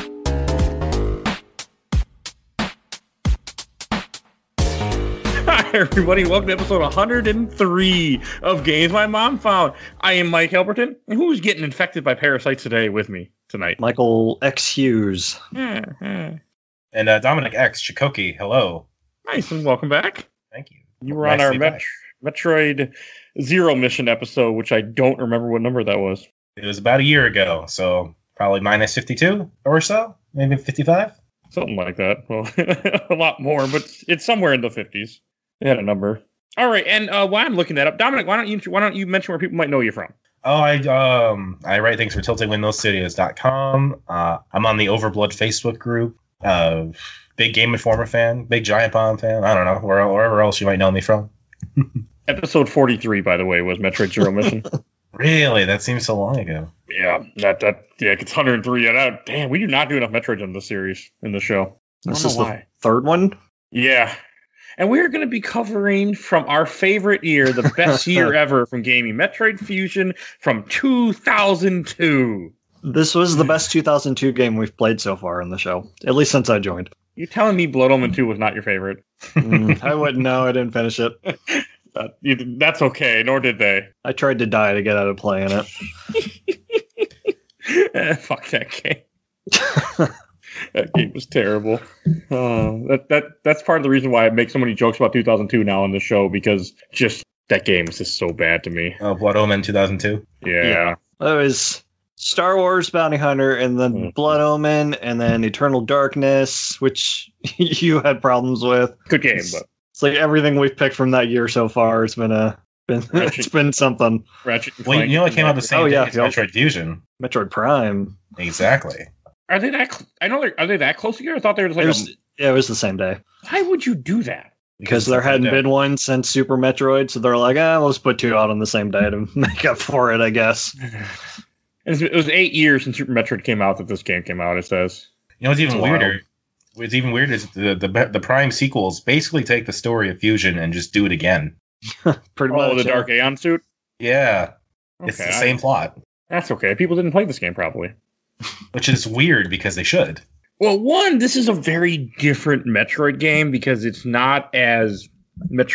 Hi, everybody. Welcome to episode 103 of Games My Mom Found. I am Mike Helberton. And who's getting infected by parasites today with me tonight? Eh, Michael X Hughes. nice And uh, Dominic X, Chikoki, hello. and welcome back. Thank you. You were on our Nicely back. Met- Metroid Zero mission episode, which I don't remember what number that was. It was about a year ago, so probably minus 52 or so, maybe 55. Something like that. Well, a lot more, but it's somewhere in the 50s. It had a number. All right, and uh, while I'm looking that up, Dominic, why don't you why don't you mention where people might know you from? Oh, I um I write things for tiltedwindowstudios.com. Uh, I'm on the Overblood Facebook group. Uh, big Game Informer fan, big Giant Bomb fan. I don't know where, wherever else you might know me from. Episode 43, by the way, was Metroid Zero Mission. Really, that seems so long ago. Yeah, that that yeah, it's 103. And I, damn, we do not do enough Metroid in the series in the show. I This don't is know the why. third one. Yeah, and we are going to be covering from our favorite year, the best year ever from gaming, Metroid Fusion from 2002. This was Hmm. the best 2002 game we've played so far in the show, at least since I joined. You telling me Blood Omen 2 was not your favorite? Hmm. Mm, I wouldn't know. I didn't finish it. Uh, you, that's okay. Nor did they. I tried to die to get out of playing it. Eh, fuck that game. that game was terrible. Uh, that that that's part of the reason why I make so many jokes about 2002 now on the show because just that game is just so bad to me. Oh, Blood Omen 2002. Yeah. Yeah. It was Star Wars Bounty Hunter, and then Mm. Blood Omen, and then Eternal Darkness, which you had problems with. Good game, but It's like everything we've picked from that year so far. It's been a been it's been something. Ratchet. and Well, Clank you know it came out the is- same Oh, day yeah, as yeah. Metroid Fusion. Metroid Prime. Exactly. Are they that? Cl- I know. They're, are they that close together? I thought they were just like. it a- was yeah, it was the same day. why would you do that? because there hadn't Yeah. been one since Super Metroid, so they're like, ah, let's put two out on the same day to make up for it, I guess. It was, it was eight years since Super Metroid came out that this game came out. It says. You know what's even It's wild. weirder? What's even weirder is the, the the Prime sequels basically take the story of Fusion and just do it again. Pretty much. Oh, the yeah. Dark Aeon suit. Yeah, it's Okay, the I- same plot, that's okay. People didn't play this game probably. which is weird because they should. Well, one, this is a very different Metroid game because it's not as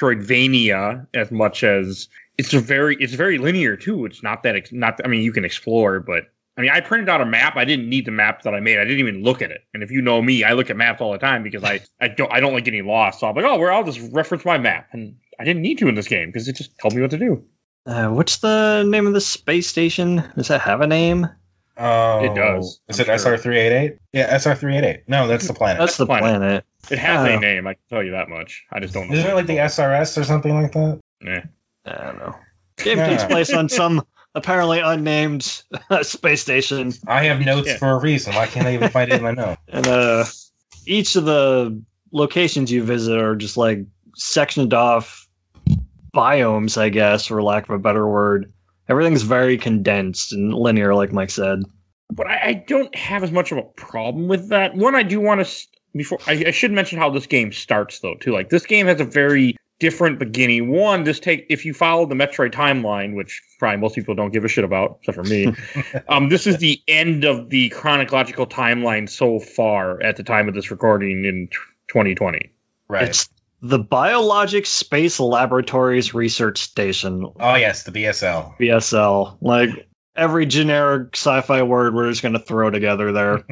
Metroidvania as much as it's a very it's very linear too. It's not that ex- not I mean you can explore, but I mean I printed out a map. I didn't need the map that I made. I didn't even look at it. And if you know me, I look at maps all the time because I I don't I don't like getting lost. So I'm like, oh, well, I'll just reference my map, and I didn't need to in this game because it just told me what to do. Uh, what's the name of the space station? Does that have a name? Oh, does, Is I'm it sure. SR three eight eight? Yeah, SR three eight eight. No, that's the planet. That's the Planet. planet. It has Oh. a name. I can tell you that much. I just don't know. Isn't it what Uh, like it's the called. SRS or something like that? Eh. I don't know. Game Yeah. takes place on some apparently unnamed uh, space station, I have notes Yeah. for a reason. Why can't I even find it in my notes? and uh, each of the locations you visit are just like sectioned off biomes, I guess, for lack of a better word. Everything's very condensed and linear, like Mike said. but I, I don't have as much of a problem with that. One, I do want to before I, I should mention how this game starts though too. Like this game has a very different beginning. One, this take if you follow the Metroid timeline, which probably most people don't give a shit about, except for me. um, this is the end of the chronological timeline so far at the time of this recording in. t- 2020. Right. It's the Biologic Space Laboratories Research Station, oh yes, the BSL. BSL. Like every generic sci-fi word we're just gonna throw together there.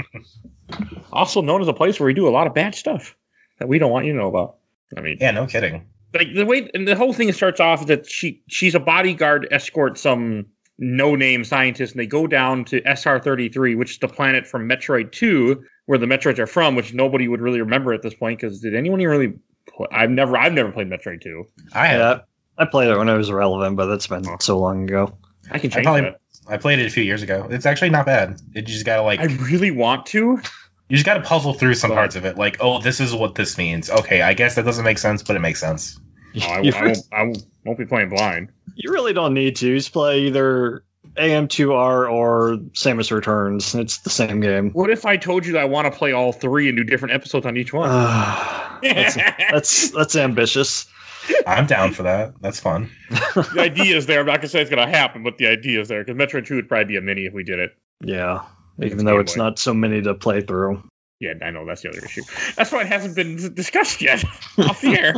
Also known as a place where we do a lot of bad stuff that we don't want you to know about. I mean, Yeah, no kidding. like the way and the whole thing starts off that she she's a bodyguard escort some no name scientist and they go down to SR33 which is the planet from Metroid 2 where the Metroids are from which nobody would really remember at this point cuz did anyone even really play? I've never I've never played Metroid 2. I have. yeah. I played it when it was relevant, but that's been Oh. so long ago. I can I change probably- that. I played it a few years ago. It's actually not bad. It you just gotta like I really want to. You just got to puzzle through some So- parts of it. Like, oh, this is what this means. Okay, I guess that doesn't make sense, but it makes sense. No, I, I, you, won't, I won't, won't be playing blind. you really don't need to. Just play either AM2R or Samus Returns. It's the same game. What if I told you that I want to play all three and do different episodes on each one? Uh, Ah, that's, that's that's ambitious. I'm down for that. That's fun. the idea is there. I'm not gonna say it's gonna happen, but the idea is there because Metroid 2 would probably be a mini if we did it. Yeah. It's Even though Game it's Boy. not so many to play through. Yeah, I know that's the other issue. That's why it hasn't been discussed yet off the air.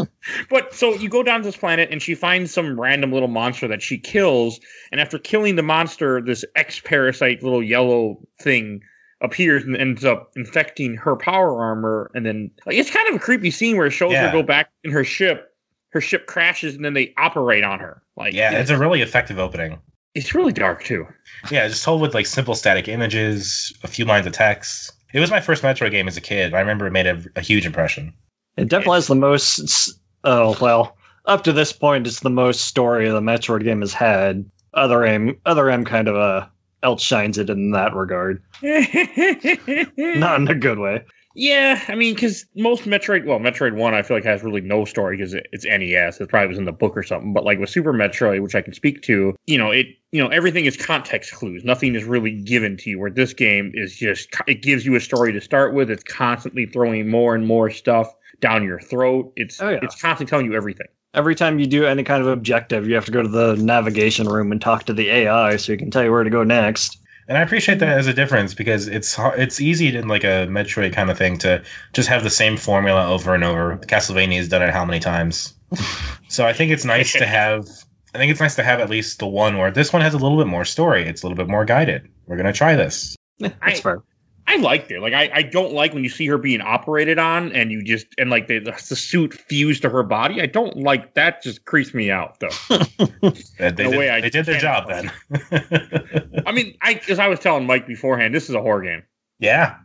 But so you go down to this planet and she finds some random little monster that she kills, and after killing the monster, this ex parasite little yellow thing appears and ends up infecting her power armor, and then like, it's kind of a creepy scene where it shows Yeah. her go back in her ship, her ship crashes, and then they operate on her. Like Yeah, it's it's, a really effective opening. it's really dark too. Yeah, just told with like simple static images, a few lines of text. It was my first Metro game as a kid. I remember it made a, a huge impression. It definitely has the most. s- Oh well, up to this point, it's the most story the Metroid game has had. Other M, other M, kind of uh, outshines it in that regard. Not in a good way. Yeah, I mean, because most Metroid, well, Metroid One, I feel like has really no story because it, it's NES. It probably was in the book or something. But like with Super Metroid, which I can speak to, you know, it, you know, everything is context clues. Nothing is really given to you. Where this game is just, co- it gives you a story to start with. It's constantly throwing more and more stuff down your throat. It's, Oh, yeah. it's constantly telling you everything. Every time you do any kind of objective, you have to go to the navigation room and talk to the AI so you can tell you where to go next. And I appreciate that as a difference because it's har- it's easy in like a Metroid kind of thing to just have the same formula over and over. Castlevania has done it how many times? so I think it's nice to have. I think it's nice to have at least the one where this one has a little bit more story. It's a little bit more guided. We're gonna try this. Eh, That's I- fair. I liked it. Like I, I don't like when you see her being operated on and you just and like the, the suit fused to her body. I don't like that. Just creeps me out though. Uh, They, No did, way, I they did their job can't. then. I mean, I as I was telling Mike beforehand, this is a horror game, yeah,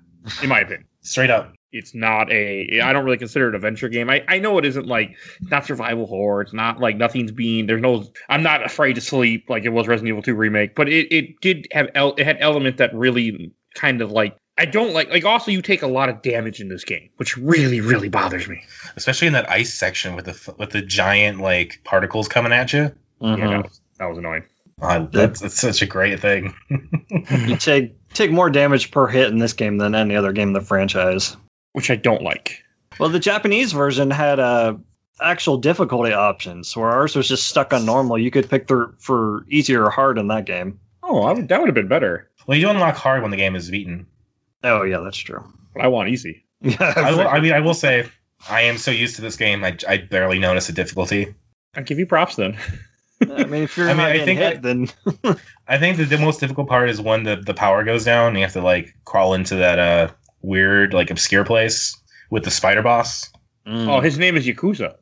in my opinion. straight up. It's not a. I don't really consider it a venture game. I, I know it isn't like it's not survival horror. It's not like nothing's being. There's no. I'm not afraid to sleep like it was Resident Evil 2 remake. But it it did have el- it had element that really kind of like I don't like like also you take a lot of damage in this game, which really really bothers me. especially in that ice section with the f- with the giant like particles coming at you. Yeah, Mhm. that was, that was annoying. Uh, that's, that's such a great thing. Mm-hmm. you take take more damage per hit in this game than any other game in the franchise. Which I don't like. Well, the Japanese version had uh, actual difficulty options, where ours was just stuck on normal. You could pick the, for easy or hard in that game. Oh, I would, that would have been better. Well, you do unlock hard when the game is beaten. Oh yeah, that's true. But I want easy. I, will, Yeah, I mean, I will say, I am so used to this game, I, I barely notice the difficulty. I give you props then. I mean, if you're I mean, not I getting think hit, I- then I think that the most difficult part is when the, the power goes down and you have to like crawl into that uh weird like obscure place with the spider boss. Hmm. Mm. Oh, his name is Yakuza,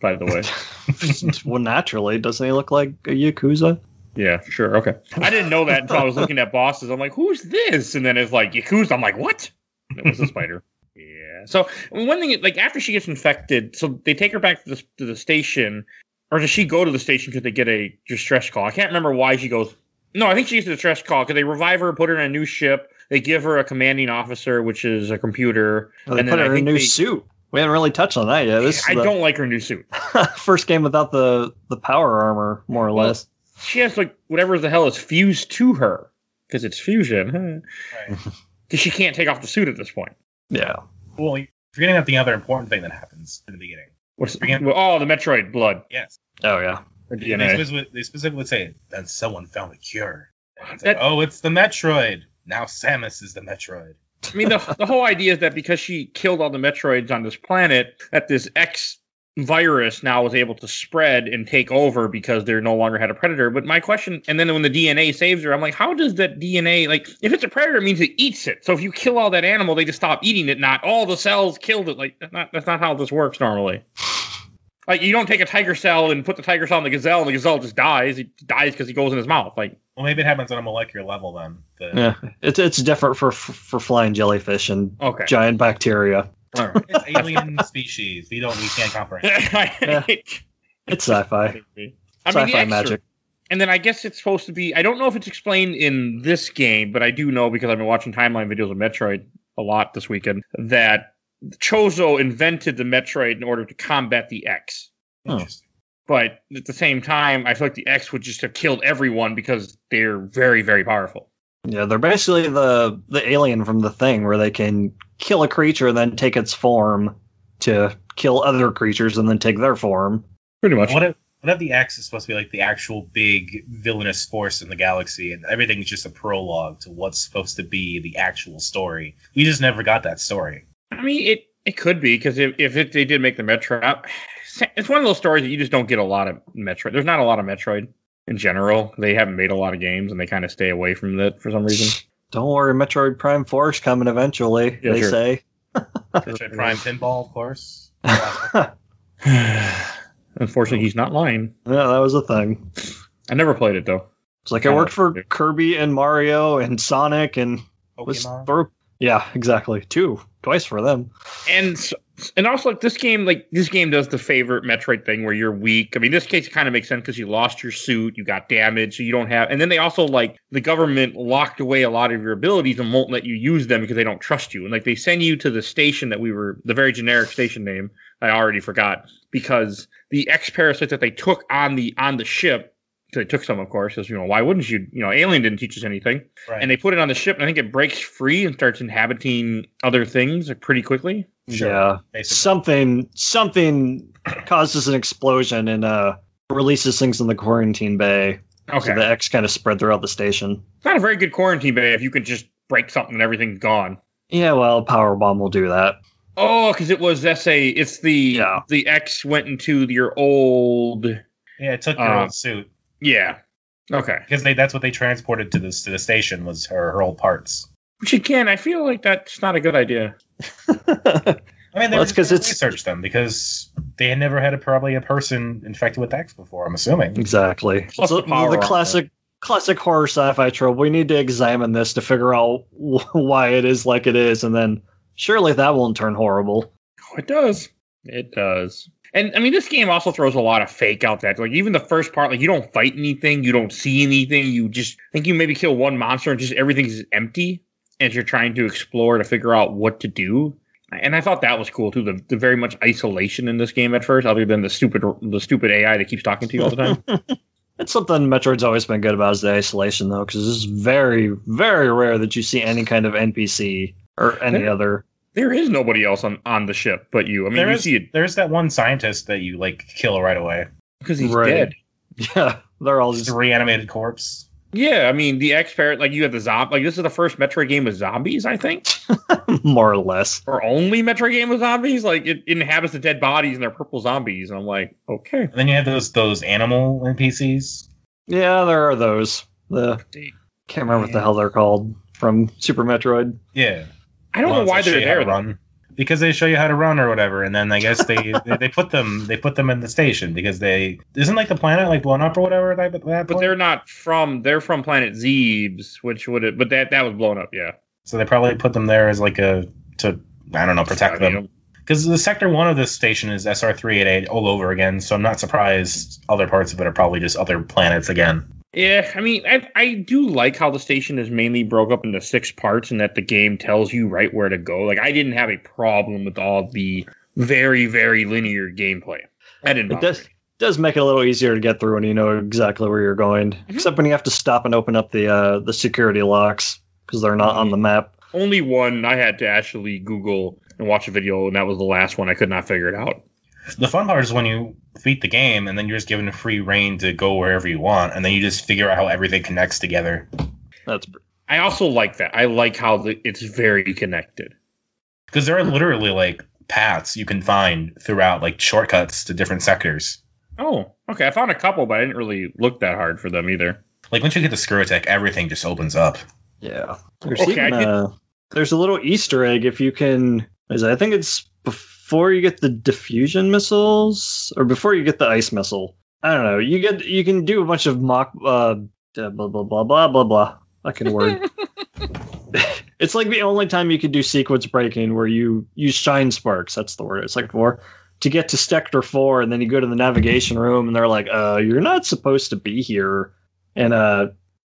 by the way. Oh, well, naturally, doesn't he look like a yakuza? Yeah, sure. Okay. I didn't know that until I was looking at bosses. I'm like, who's this? And then it's like Yakuza. I'm like, what? And It was a spider. yeah. So one thing, like after she gets infected, so they take her back to the, to the station, or does she go to the station because they get a distress call? I can't remember why she goes. No, I think she gets a distress call because they revive her, put her in a new ship. They give her a commanding officer, which is a computer. Well, they And put then I her in a think new they- suit. We haven't really touched on that yet. This is I the don't like her new suit. first game without the the power armor, more or Well, less. She has like whatever the hell is fused to her because it's fusion. Because she can't take off the suit at this point. Yeah. Well, you're forgetting about the other important thing that happens in the beginning. What's Again? well, oh the Metroid blood Yes. Oh yeah. or They, they, DNA? specifically, they specifically say that someone found a cure. And it's That- like, oh, it's the Metroid. Now Samus is the Metroid. I mean, the, the whole idea is that because she killed all the Metroids on this planet, that this X virus now was able to spread and take over because they no longer had a predator. But my question, and then when the DNA saves her, I'm like, how does that DNA like if it's a predator, it means it eats it. So if you kill all that animal, they just stop eating it. Not all the cells killed it. Like that's not that's not how this works normally. Like you don't take a tiger cell and put the tiger cell in the gazelle, and the gazelle just dies. He dies because he goes in his mouth. Like Well, maybe it happens on a molecular level then. The- Yeah. It's it's different for for flying jellyfish and okay. giant bacteria. All right. It's alien species. We don't. We can't comprehend. I It's sci-fi. mean, the sci-fi extra- magic. And then I guess it's supposed to be. I don't know if it's explained in this game, but I do know because I've been watching timeline videos of Metroid a lot this weekend that Chozo invented the Metroid in order to combat the X. Huh. Interesting. But at the same time, I feel like the X would just have killed everyone because they're very, very powerful. Yeah, they're basically the the alien from the thing where they can kill a creature and then take its form to kill other creatures and then take their form. Pretty much. What if One of the X is supposed to be like the actual big villainous force in the galaxy, and everything's just a prologue to what's supposed to be the actual story. We just never got that story. I mean, it it could be because if, if it, they did make the Metroid, I- it's one of those stories that you just don't get a lot of Metroid. There's not a lot of Metroid in general. They haven't made a lot of games, and they kind of stay away from that for some reason. Don't worry, Metroid Prime 4 is coming eventually, Yeah, they sure. say. Metroid Prime Pinball, of course. yeah, Unfortunately, he's not lying. that was a thing. I never played it though. It's like I worked for Kirby and Mario and Sonic and was Pokemon. for- yeah, exactly. Two. Twice for them. and s- and also like this game like this game does the favorite metroid thing where you're weak i mean this case kind of makes sense because you lost your suit you got damaged so you don't have and then they also like the government locked away a lot of your abilities and won't let you use them because they don't trust you and like they send you to the station that we were the very generic station name i already forgot because the ex-parasites that they took on the on the ship 'cause they took some of course because you know why wouldn't you you know alien didn't teach us anything Right. and they put it on the ship and i think it breaks free and starts inhabiting other things like, pretty quickly Sure. Yeah. Basically. Something something causes an explosion and uh releases things in the quarantine bay. Okay. So the X kind of spread throughout the station. it's not a very good quarantine bay if you can just break something and everything's gone. Yeah, well, Power Bomb will do that. Oh, because it was SA. It's the Yeah. the X went into your old. Yeah, it took her Uh, old suit Yeah. Okay. because they, that's what they transported to this to the station was her, her old parts. Which again, I feel like that's not a good idea. I mean, they Well, well, that's 'cause it's- researched them because they had never had a, probably a person infected with X before. I'm assuming. exactly. Plus So the power the armor. classic classic horror sci-fi trope. We need to examine this to figure out wh- why it is like it is, and then surely that won't turn horrible. Oh, it does. It does. And I mean, this game also throws a lot of fake out that like even the first part, like you don't fight anything, you don't see anything, you just I think you maybe kill one monster and just everything's empty as you're trying to explore to figure out what to do. And I thought that was cool too. The, the very much isolation in this game at first, other than the stupid the stupid AI that keeps talking to you all the time. That's something Metroid's always been good about is the isolation, though, because it's very, very rare that you see any kind of NPC or any Yeah. other. there is nobody else on, on the ship but you. I mean, There you is- see it There's that one scientist that you like kill right away. because he's Right. dead. Yeah, they're all Just just a reanimated corpse. Yeah, I mean the X parrot, like you have the zombie. Like this is the first Metroid game with zombies, I think. more or less. or only Metroid game with zombies. Like it inhabits the dead bodies and they're purple zombies. And I'm like, okay. And then you have those those animal NPCs. Yeah, there are those. The can't remember what the hell they're called from Super Metroid. Yeah, I don't know Ones why that show they're you how to there. though. Run because they show you how to run or whatever, and then I guess they, they they put them they put them in the station because they isn't like the planet like blown up or whatever. That, that But point? they're not from. They're from Planet Zebes, which would. It, but that that was blown up. Yeah. so they probably put them there as like a to I don't know protect I mean, them. because the sector one of this station is SR three eight eight all over again. So I'm not surprised other parts of it are probably just other planets again. Yeah, I mean, I, I do like how the station is mainly broke up into six parts and that the game tells you right where to go. Like, I didn't have a problem with all the very, very linear gameplay. That didn't It bother does me. does make it a little easier to get through when you know exactly where you're going. Except when you have to stop and open up the uh, the security locks because they're not on the map. Only one I had to actually Google and watch a video, and that was the last one. I could not figure it out. The fun part is when you beat the game and then you're just given free reign to go wherever you want, and then you just figure out how everything connects together. That's I also like that. I like how the, it's very connected. Because there are literally like paths you can find throughout, like shortcuts to different sectors. Oh, okay. I found a couple, but I didn't really look that hard for them either. Like once you get the screw attack, everything just opens up. yeah. There's Okay, even, I did- uh, there's a little Easter egg if you can. Is it- I think it's before you get the diffusion missiles or before you get the ice missile. I don't know. You get you can do a bunch of mock uh, blah blah blah blah blah blah. I can word. it's like the only time you could do sequence breaking where you use shine sparks. That's the word. It's like four to get to sector four, and then you go to the navigation room, and they're like, "Uh, you're not supposed to be here." And uh,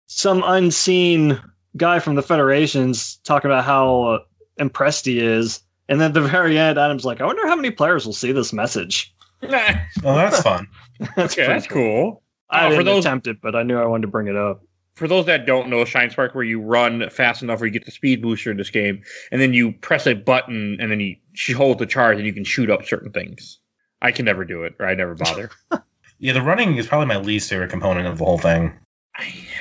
some unseen guy from the Federation's talking about how uh, impressed he is. And then at the very end, Adam's like, I wonder how many players will see this message. okay, Oh, that's fun. that's pretty that's cool. I Oh, for didn't those- attempt it, but I knew I wanted to bring it up. For those that don't know, Shine Spark, where you run fast enough, or you get the speed booster in this game, and then you press a button, and then you she holds the charge, and you can shoot up certain things. I can never do it, or I never bother. Yeah, the running is probably my least favorite component of the whole thing.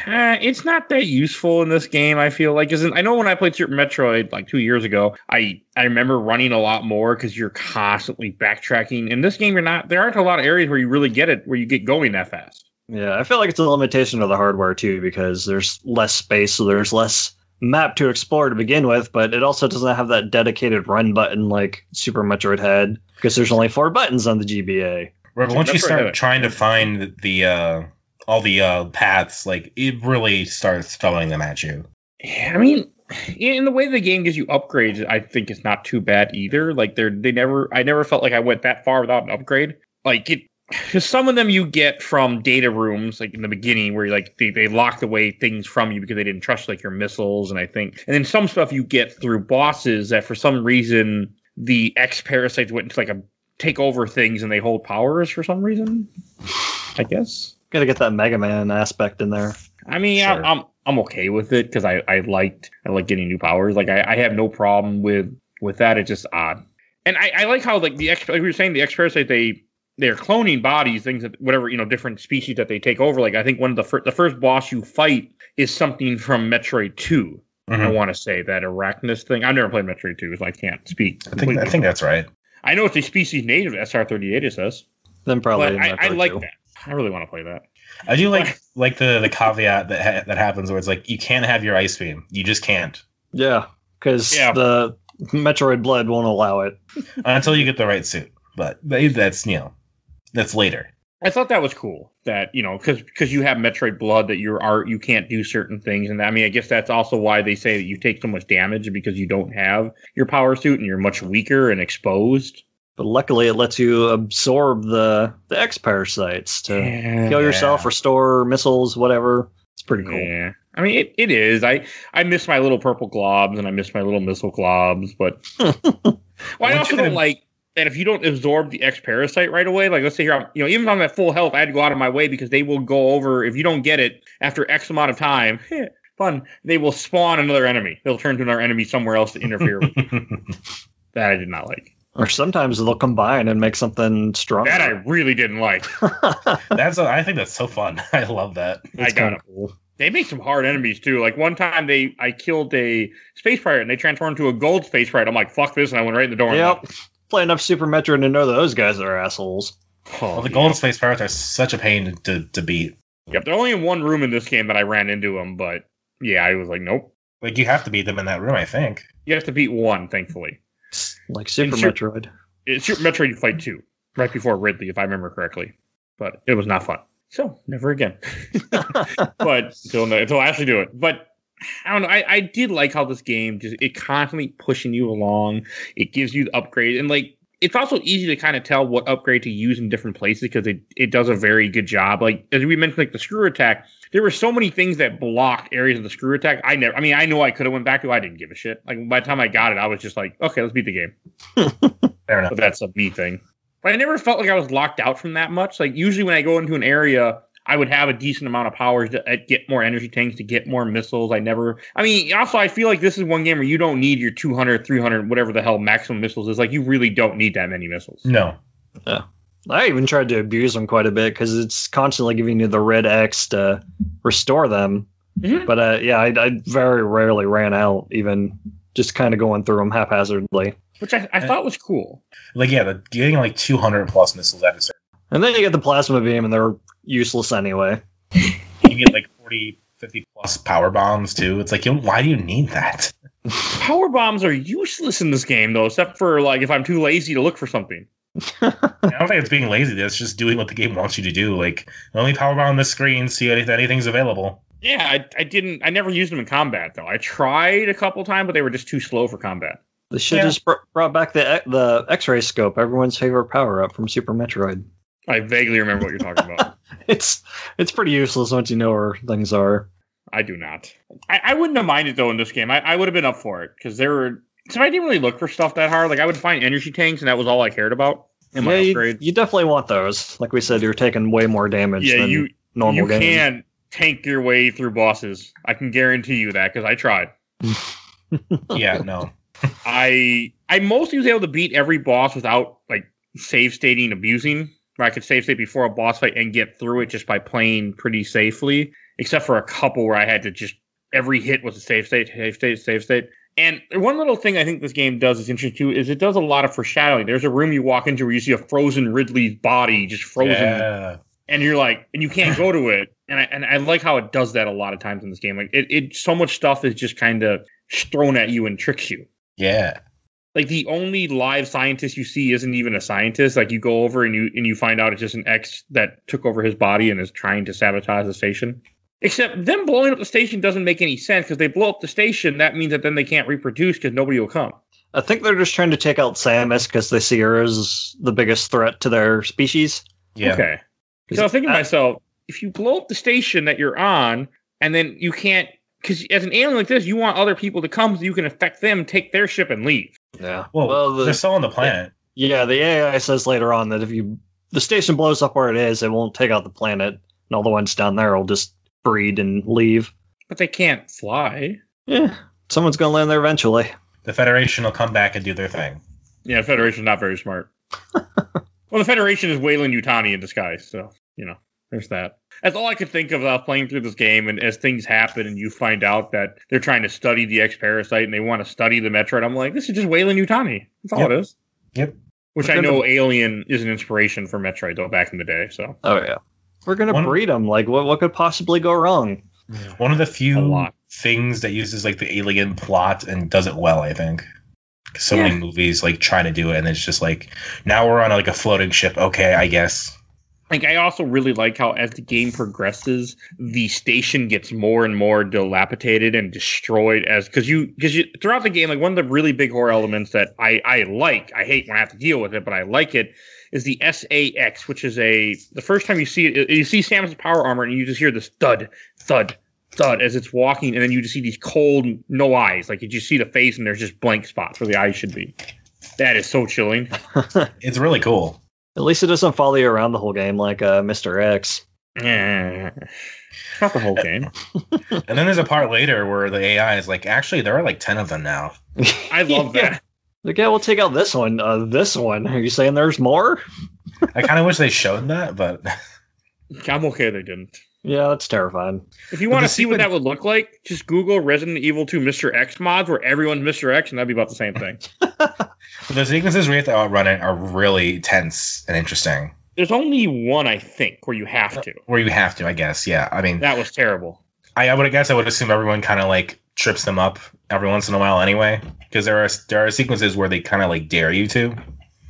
Uh, it's not that useful in this game. I feel like isn't. I know when I played Super Metroid like two years ago, I I remember running a lot more because you're constantly backtracking. In this game, you're not. There aren't a lot of areas where you really get it where you get going that fast. Yeah, I feel like it's a limitation of the hardware too because there's less space, so there's less map to explore to begin with. But it also doesn't have that dedicated run button like Super Metroid had because there's only four buttons on the GBA. Right, but once Metroid had you start it. trying to find the uh, all the uh, paths, like it really starts throwing them at you. Yeah, I mean, in the way the game gives you upgrades, I think it's not too bad either. Like they're they never. I never felt like I went that far without an upgrade. Like it. Because some of them you get from data rooms, like in the beginning, where like they, they locked away things from you because they didn't trust like your missiles, and I think, and then some stuff you get through bosses that for some reason the ex parasites went into like a take over things and they hold powers for some reason. I guess. Gotta get that Mega Man aspect in there. I mean, Sure. I, I'm I'm okay with it because I I liked I like getting new powers. Like I, I have no problem with with that. It's just odd, and I, I like how like the ex like we were saying the ex parasite they they're cloning bodies, things that whatever you know different species that they take over. Like I think one of the first the first boss you fight is something from Metroid 2 I Mhm. want to say that Arachnus thing. I've never played Metroid Two, so I can't speak. I think completely. I think that's right. I know it's a species native to SR38. It says, Then but probably I, I Metroid like 2. that. I really want to play that. I do like like the the caveat that ha- that happens where it's like you can't have your ice beam. You just can't Yeah, because Yeah. the Metroid Blood won't allow it. until you get the right suit. But they- that's you know that's later. I thought that was cool that you know because you have Metroid Blood that you are you can't do certain things and I mean I guess that's also why they say that you take so much damage because you don't have your power suit and you're much weaker and exposed. But luckily, it lets you absorb the the X parasites to Yeah. kill yourself, Yeah. restore missiles, whatever. It's pretty cool. Yeah. I mean it, it is. I I miss my little purple globs and I miss my little missile globs, but well, I Once also you don't can- like that if you don't absorb the X parasite right away. Like let's say you're on- you know even if I'm at full health, I had to go out of my way because they will go over if you don't get it after X amount of time. eh, Fun. They will spawn another enemy. They'll turn to another enemy somewhere else to interfere with. That I did not like. Or sometimes they'll combine and make something stronger. That I really didn't like. that's I think that's so fun. I love that. I It's got kinda it. cool. They make some hard enemies too. Like one time they I killed a space pirate and they transformed into a gold space pirate. I'm like, fuck this, and I went right in the door. and Yep. Play enough Super Metroid to know those guys are assholes. left. Oh, Well, the golden space pirates are such a pain to, to beat. Yep, they're only in one room in this game that I ran into them, but yeah, I was like, nope. Like you have to beat them in that room, I think. You have to beat one, thankfully. Like Super Sure. Metroid. It's your Metroid you fight two, right before Ridley, if I remember correctly. But it was not fun. So never again. but until no, until I actually do it. But I don't know. I, I did like how this game just it constantly pushing you along. It gives you the upgrade and like it's also easy to kind of tell what upgrade to use in different places because it, it does a very good job. Like as we mentioned, like the screw attack, there were so many things that blocked areas of the screw attack. I never I mean I know I could have went back to it, I didn't give a shit. Like by the time I got it, I was just like, okay, let's beat the game. Fair enough. But that's a me thing. But I never felt like I was locked out from that much. Like usually when I go into an area, I would have a decent amount of powers to uh, get more energy tanks, to get more missiles. I never, I mean, also, I feel like this is one game where you don't need your 200, 300, whatever the hell maximum missiles is. Like, you really don't need that many missiles. No. I even tried to abuse them quite a bit because it's constantly giving you the red X to restore them. Mhm. But uh, yeah, I, I very rarely ran out, even just kind of going through them haphazardly. Which I, I thought was cool. Like yeah, the getting like two hundred plus missiles at a certain And then you get the plasma beam, and they're useless anyway. you get like 40, 50 plus power bombs too. It's like you know, why do you need that? Power bombs are useless in this game, though, except for like if I'm too lazy to look for something. I don't think it's being lazy. That's just doing what the game wants you to do. Like only power bomb the screen, see if anything's available. Yeah, I, I didn't, I never used them in combat, though. I tried a couple times, but they were just too slow for combat. They should Yeah. just br- brought back the the X-ray scope, everyone's favorite power up from Super Metroid. I vaguely remember what you're talking about. It's it's pretty useless once you know where things are. I do not. I, I wouldn't have minded though in this game. I, I would have been up for it because there were. So I didn't really look for stuff that hard. Like I would find energy tanks, and that was all I cared about. In my yeah, you, upgrades. you definitely want those. Like we said, you're taking way more damage yeah, than you normal you games. can tank your way through bosses. I can guarantee you that because I tried. Yeah, no. I I mostly was able to beat every boss without like save stating abusing where I could save state before a boss fight and get through it just by playing pretty safely, except for a couple where I had to just every hit was a save state, save state, save state. And one little thing I think this game does is interesting too is it does a lot of foreshadowing. There's a room you walk into where you see a frozen Ridley's body just frozen Yeah. and you're like, and you can't go to it. And I and I like how it does that a lot of times in this game. Like it, it so much stuff is just kind of thrown at you and tricks you. Yeah. Like the only live scientist you see isn't even a scientist. Like you go over and you and you find out it's just an ex that took over his body and is trying to sabotage the station. Except them blowing up the station doesn't make any sense because they blow up the station. That means that then they can't reproduce because nobody will come. I think they're just trying to take out Samus because they see her as the biggest threat to their species. Yeah. Okay. So I was thinking to I- myself, if you blow up the station that you're on, and then you can't, because as an alien like this, you want other people to come so you can affect them, take their ship, and leave. Yeah. Well, Well, the- they're still on the planet. Yeah, the AI says later on that if you the station blows up where it is, it won't take out the planet, and all the ones down there will just breed and leave. But they can't fly. Yeah, someone's gonna land there eventually. The Federation will come back and do their thing. Yeah, Federation's not very smart. well, the Federation is Wayland Utani in disguise, so you know, there's that. That's all I could think of uh, playing through this game, and as things happen, and you find out that they're trying to study the X parasite and they want to study the Metroid. I'm like, this is just Wayland Utani. That's all Yep. it is. Yep. Which We're I gonna- know Alien is an inspiration for Metroid though back in the day. So Oh yeah, we're gonna breed One- 'em. breed them. Like, what what could possibly go wrong? One of the A few lot. things that uses like the alien plot and does it well, I think. 'Cause So many movies like try to do it, and it's just like now we're on like a floating ship. Okay, I guess. like I also really like how as the game progresses, the station gets more and more dilapidated and destroyed as because you because you throughout the game, like one of the really big horror elements that I I like, I hate when I have to deal with it, but I like it is the SAX, which is a the first time you see it, you see Samus' power armor and you just hear this thud, thud, thud as it's walking, and then you just see these cold no eyes, like you just see the face and there's just blank spots where the eyes should be. That is so chilling. It's really cool. At least it doesn't follow you around the whole game like uh, Mr. X. Yeah. Not the whole game. And then there's a part later where the AI is like, actually, there are like ten of them now. I love Yeah. that. Like, yeah, we'll take out this one. Uh, this one. Are you saying there's more? I kind of wish they showed that, but I'm okay they didn't. Yeah, that's terrifying. If you But want to the see what sequence- that would look like, just Google Resident Evil 2 Mr. X mods where everyone's Mr. X, and that'd be about the same thing. the sequences where you have to outrun it are really tense and interesting. There's only one, I think, where you have to. Where you have to, I guess. Yeah, I mean, That was terrible. I, I would guess I would assume everyone kind of like trips them up every once in a while anyway, because there are there are sequences where they kind of like dare you to.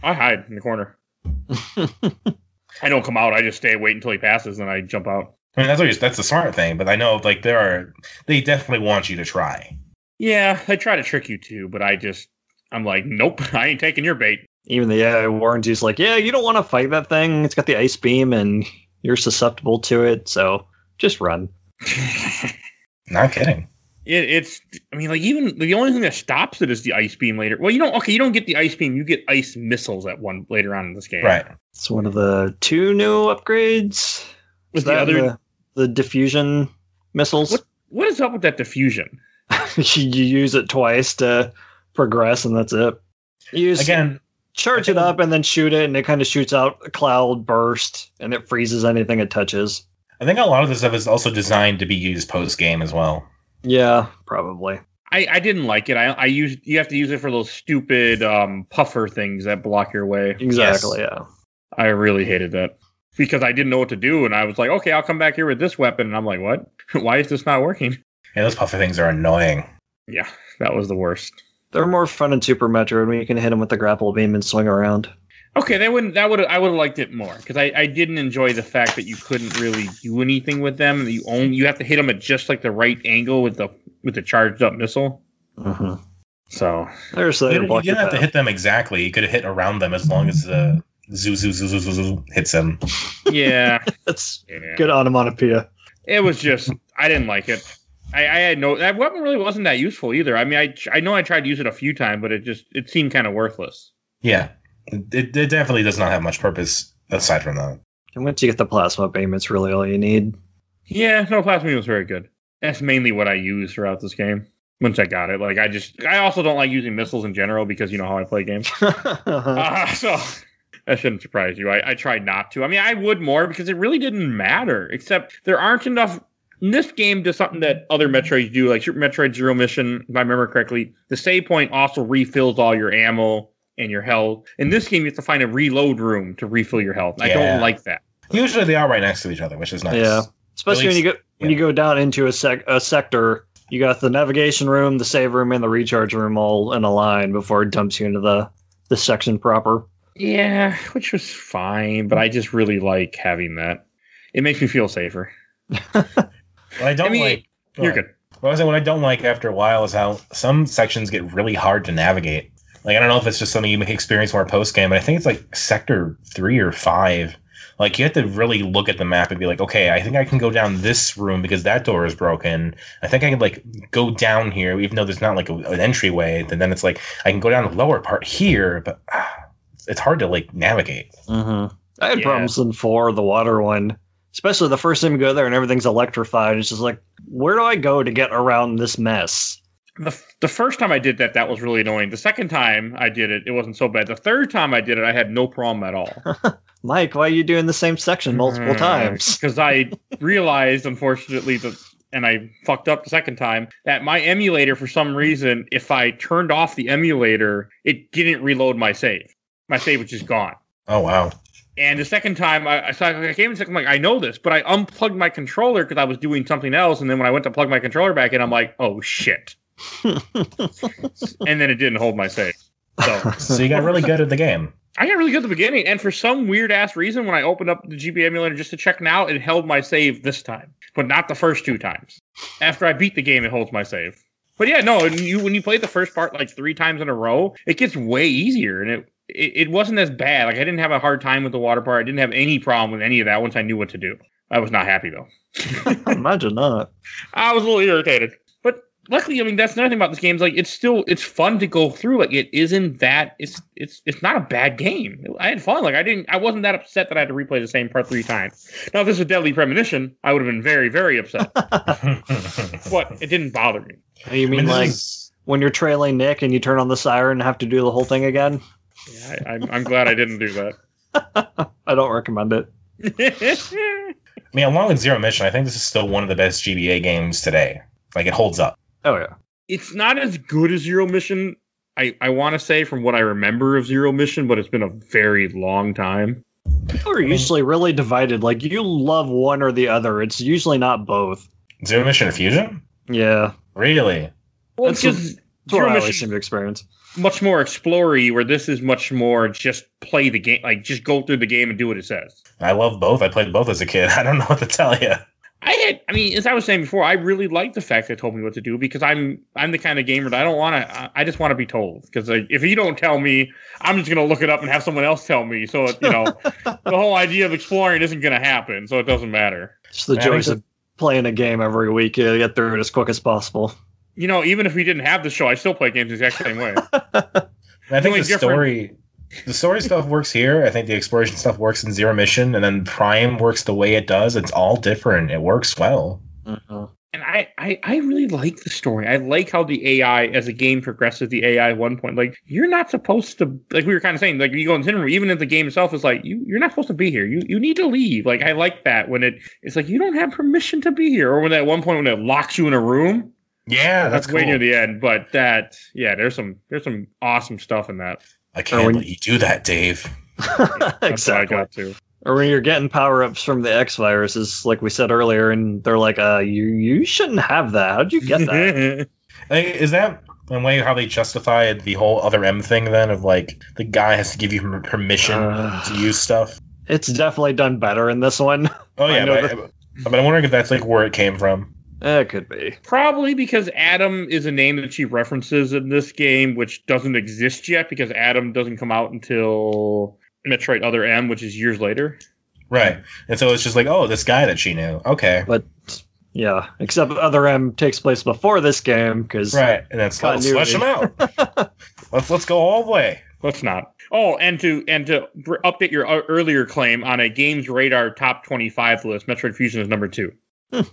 I hide in the corner. I don't come out. I just stay, wait until he passes, and I jump out. I mean, that's always, that's the smart thing, but I know like there are they definitely want you to try. Yeah, they try to trick you too, but I just, I'm like, nope, I ain't taking your bait. Even the AI warns you, it's like, yeah, you don't want to fight that thing. It's got the ice beam and you're susceptible to it, so just run. Not kidding. It, it's, I mean, like even the only thing that stops it is the ice beam later. Well, you don't. Okay, you don't get the ice beam. You get ice missiles at one later on in this game. Right. It's one of the two new upgrades. With Is the that other, the, the diffusion missiles? what is up with that diffusion? you you use it twice to progress, and that's it. You just Again, charge I it think- up and then shoot it, and it kind of shoots out a cloud burst, and it freezes anything it touches. I think a lot of this stuff is also designed to be used post game as well. Yeah, probably. I, I didn't like it. I I used you have to use it for those stupid um puffer things that block your way. Exactly. Yeah. I really hated that because I didn't know what to do, and I was like, okay, I'll come back here with this weapon, and I'm like, what? Why is this not working? And those puffer things are annoying. Yeah, that was the worst. They're more fun in Super Metroid when you can hit them with the grapple beam and swing around. Okay, that wouldn't that would I would have liked it more because I, I didn't enjoy the fact that you couldn't really do anything with them. You only you have to hit them at just like the right angle with the with the charged up missile. Mm-hmm. So There's You that. didn't, you didn't have to hit them exactly. You could hit around them as long as the zoo zoo zoo zoo zoo, zoo hits them. yeah, That's yeah. good onomatopoeia. it was just I didn't like it. I, I had no that weapon really wasn't that useful either. I mean I I know I tried to use it a few times, but it just it seemed kind of worthless. Yeah, it, it definitely does not have much purpose aside from that. And once you get the plasma beam, it's really all you need. Yeah, no plasma was very good. That's mainly what I used throughout this game. Once I got it, like I just I also don't like using missiles in general because you know how I play games. Uh, so That shouldn't surprise you. I, I tried not to. I mean, I would more because it really didn't matter, except there aren't enough. And this game does something that other Metroids do, like Super Metroid Zero Mission, if I remember correctly. The save point also refills all your ammo and your health. In this game, you have to find a reload room to refill your health. I Yeah. don't like that. Usually they are right next to each other, which is nice. Yeah. Especially At when least- you go when yeah. you go down into a sec a sector, you got the navigation room, the save room, and the recharge room all in a line before it dumps you into the the section proper. Yeah, which was fine, but I just really like having that. It makes me feel safer. What I don't I mean, like. go You're ahead. good. What I was saying, what I don't like after a while is how some sections get really hard to navigate. Like I don't know if it's just something you may experience more post game, but I think it's like sector three or five. Like you have to really look at the map and be like, okay, I think I can go down this room because that door is broken. I think I can like go down here, even though there's not like a, an entryway. And then it's like I can go down the lower part here, but ah, it's hard to like navigate. Mm-hmm. I had Yeah. problems in four, the water one. Especially the first time you go there and everything's electrified. It's just like, where do I go to get around this mess? The, f- the first time I did that, that was really annoying. The second time I did it, it wasn't so bad. The third time I did it, I had no problem at all. Mike, why are you doing the same section multiple Mm-hmm. times? Because I realized, unfortunately, that and I fucked up the second time that my emulator, for some reason, if I turned off the emulator, it didn't reload my save. My save was just gone. Oh wow, And the second time, I, I saw I came in second. I'm like, I know this, but I unplugged my controller because I was doing something else. And then when I went to plug my controller back in, I'm like, oh shit. and then it didn't hold my save. So so you got really good at the game. I got really good at the beginning. And for some weird ass reason, when I opened up the GB emulator just to check now, it held my save this time, but not the first two times. After I beat the game, it holds my save. But yeah, no, and you when you play the first part like three times in a row, it gets way easier and it. It it wasn't as bad. Like I didn't have a hard time with the water part. I didn't have any problem with any of that once I knew what to do. I was not happy though. Imagine that. I was a little irritated. But luckily, I mean, that's another thing about this game. Is like it's still it's fun to go through. Like it isn't that it's it's it's not a bad game. I had fun. Like I didn't I wasn't that upset that I had to replay the same part three times. Now if this was Deadly Premonition, I would have been very, very upset. but it didn't bother me. You mean, this like is- when you're trailing Nick and you turn on the siren and have to do the whole thing again? Yeah, I, I'm I'm glad I didn't do I don't recommend it. that. I mean, along with Zero Mission, I think this is still one of the best GBA games today. Like it holds up. Oh yeah. it's not as good as Zero Mission. I, I want to say from what I remember of Zero Mission, but it's been a very long time. People are usually really divided. Like you love one or the other. It's usually not both. Zero Mission or Fusion? Yeah. Really? Well, That's because That's what Zero I Mission- always seem to experience. much more explory where this is much more just play the game like just go through the game and do what it says I love both. I played both as a kid. I don't know what to tell you. i had i mean as i was saying before i really like the fact they told me what to do because i'm i'm the kind of gamer that i don't want to i just want to be told because if you don't tell me i'm just going to look it up and have someone else tell me so you know the whole idea of exploring isn't going to happen so it doesn't matter It's the Yeah, I think joys of playing a game every week. You get through it as quick as possible. you know even if we didn't have the show i still play games the exact same way And I think Really the different. story, the story stuff works here. I think the exploration stuff works in Zero Mission, and then Prime works the way it does. It's all different. It works well. Mm-hmm. and I, I I really like the story. I like how the AI as a game progresses. The AI at one point, like you're not supposed to, like we were kind of saying, like you go in the room, even if the game itself is like you you're not supposed to be here. You you need to leave. Like I like that when it it's like you don't have permission to be here. Or when at one point when it locks you in a room, Yeah, that's, way cool. near the end. But that yeah, there's some there's some awesome stuff in that. I can't Or when- let you do that, Dave. That's what exactly. I got to. Or when you're getting power ups from the X viruses, like we said earlier, and they're like, "Uh, you you shouldn't have that. How'd you get that?" Like, Is that in a way how they justified the whole other M thing? Then of like the guy has to give you per- permission Uh. to use stuff. it's definitely done better in this one. Oh I yeah, know but, but I'm wondering if that's like where it came from. it could be. Probably because Adam is a name that she references in this game, which doesn't exist yet because Adam doesn't come out until Metroid Other M, which is years later. Right. And so it's just like, oh, this guy that she knew. Okay. But yeah, except Other M takes place before this game because Right. And that's let's flesh Continuity. him out. let's let's go all the way. Let's not. Oh, and to and to br- update your uh, earlier claim on a Games Radar top twenty-five list, Metroid Fusion is number two.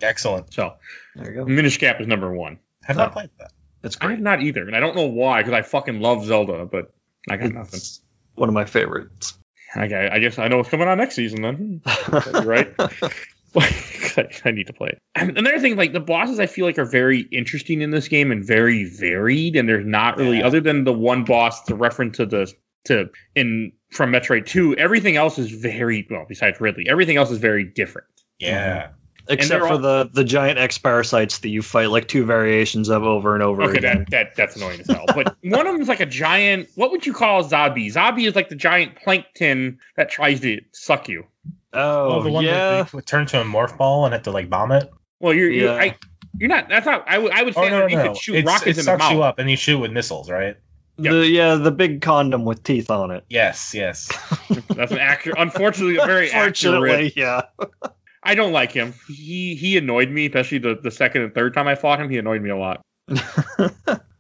Excellent. So there you go. Minish Cap is number one. Have Oh. not played that. It's Mm-hmm. I have great. not either, and I don't know why because I fucking love Zelda, but I got nothing. It's one of my favorites. Okay, I guess I know what's coming on next season then. You're right. Like, I need to play it. And Another thing, like the bosses, I feel like are very interesting in this game and very varied. And there's not really, Yeah. other than the one boss, the reference to the to in from Metroid Two, everything else is very well. Besides Ridley, everything else is very different. Yeah. they're Except for all- the the giant X parasites that you fight like two variations of over and over Okay, again. that, that that's annoying as hell. But one of them is like a giant. What would you call a zombie? Zombie is like the giant plankton that tries to suck you. oh, the one yeah. that they turn to a morph ball and have to like bomb it. Well, you're, you're Yeah. I, you're not. That's not. I would. I would Oh say no, that no, you no! could shoot It's- rockets it in the sucks mouth. you up, and you shoot with missiles, right? Yeah. The yeah, the big condom with teeth on it. Yes, yes. That's an accurate. Unfortunately, a very accurate. Fortunately, yeah. I don't like him. He he annoyed me, especially the, the second and third time I fought him. He annoyed me a lot.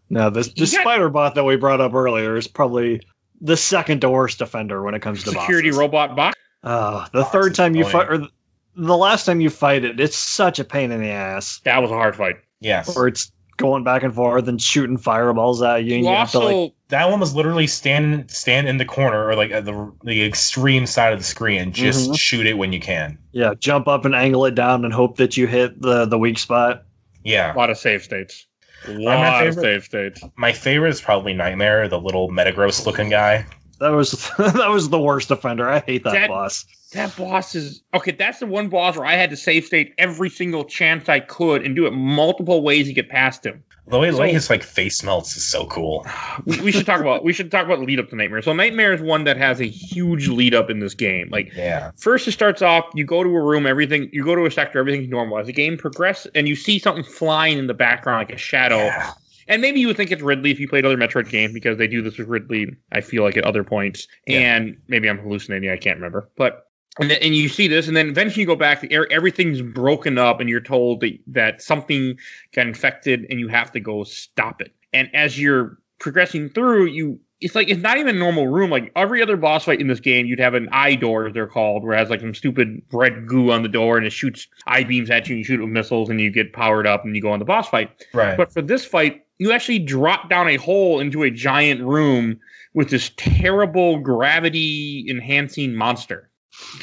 No, this the got- spider bot that we brought up earlier is probably the second to worst offender when it comes to Security bosses. robot box. Oh, the Boss third is time you annoying. fight, or th- the last time you fight it, it's such a pain in the ass. That was a hard fight. Yes. Or it's going back and forth and shooting fireballs at you. And You you have to, also like, that one was literally stand stand in the corner or like at the the extreme side of the screen and just Mhm. shoot it when you can. yeah, jump up and angle it down and hope that you hit the the weak spot. a Yeah. lot of save states. A my lot of favorite- save states. My favorite is probably Nightmare, the little Metagross looking guy. That was that was the worst offender. I hate that, That- boss. That boss is okay. That's the one boss where I had to save state every single chance I could and do it multiple ways to get past him. The way, the way So- his like face melts is so cool. we, we should talk about we should talk about lead up to nightmare. So nightmare is one that has a huge lead up in this game. Like Yeah. first it starts off, you go to a room, everything you go to a sector, everything's normal. As the game progresses and you see something flying in the background like a shadow. Yeah. And maybe you would think it's Ridley if you played other Metroid games because they do this with Ridley, I feel like at other points. Yeah. And maybe I'm hallucinating, I can't remember. But and, then, and you see this, and then eventually you go back, the air, everything's broken up, and you're told that, that something got infected and you have to go stop it. And as you're progressing through, you it's like it's not even a normal room. Like every other boss fight in this game, you'd have an eye door, as they're called, where it has like some stupid red goo on the door and it shoots eye beams at you and you shoot it with missiles and you get powered up and you go on the boss fight. Right. But for this fight, you actually drop down a hole into a giant room with this terrible gravity enhancing monster.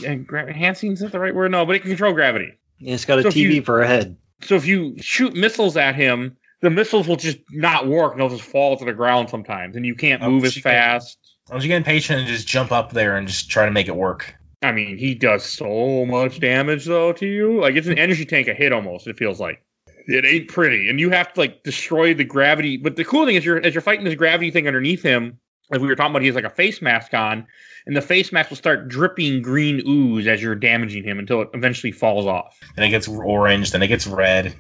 And gra- enhancing is that the right word? No, but it can control gravity. It's got a So if TV you- for a head. So if you shoot missiles at him, the missiles will just not work and they'll just fall to the ground sometimes, and you can't Oh, move as she can- fast. I was getting patient and just jump up there and just try to make it work. I mean, he does so much damage though to you. Like it's an energy tank a hit almost. It feels like it ain't pretty, and you have to like destroy the gravity. But the cool thing is, you're as you're fighting this gravity thing underneath him. As we were talking about, he has like a face mask on, and the face mask will start dripping green ooze as you're damaging him until it eventually falls off. Then it gets orange, then it gets red.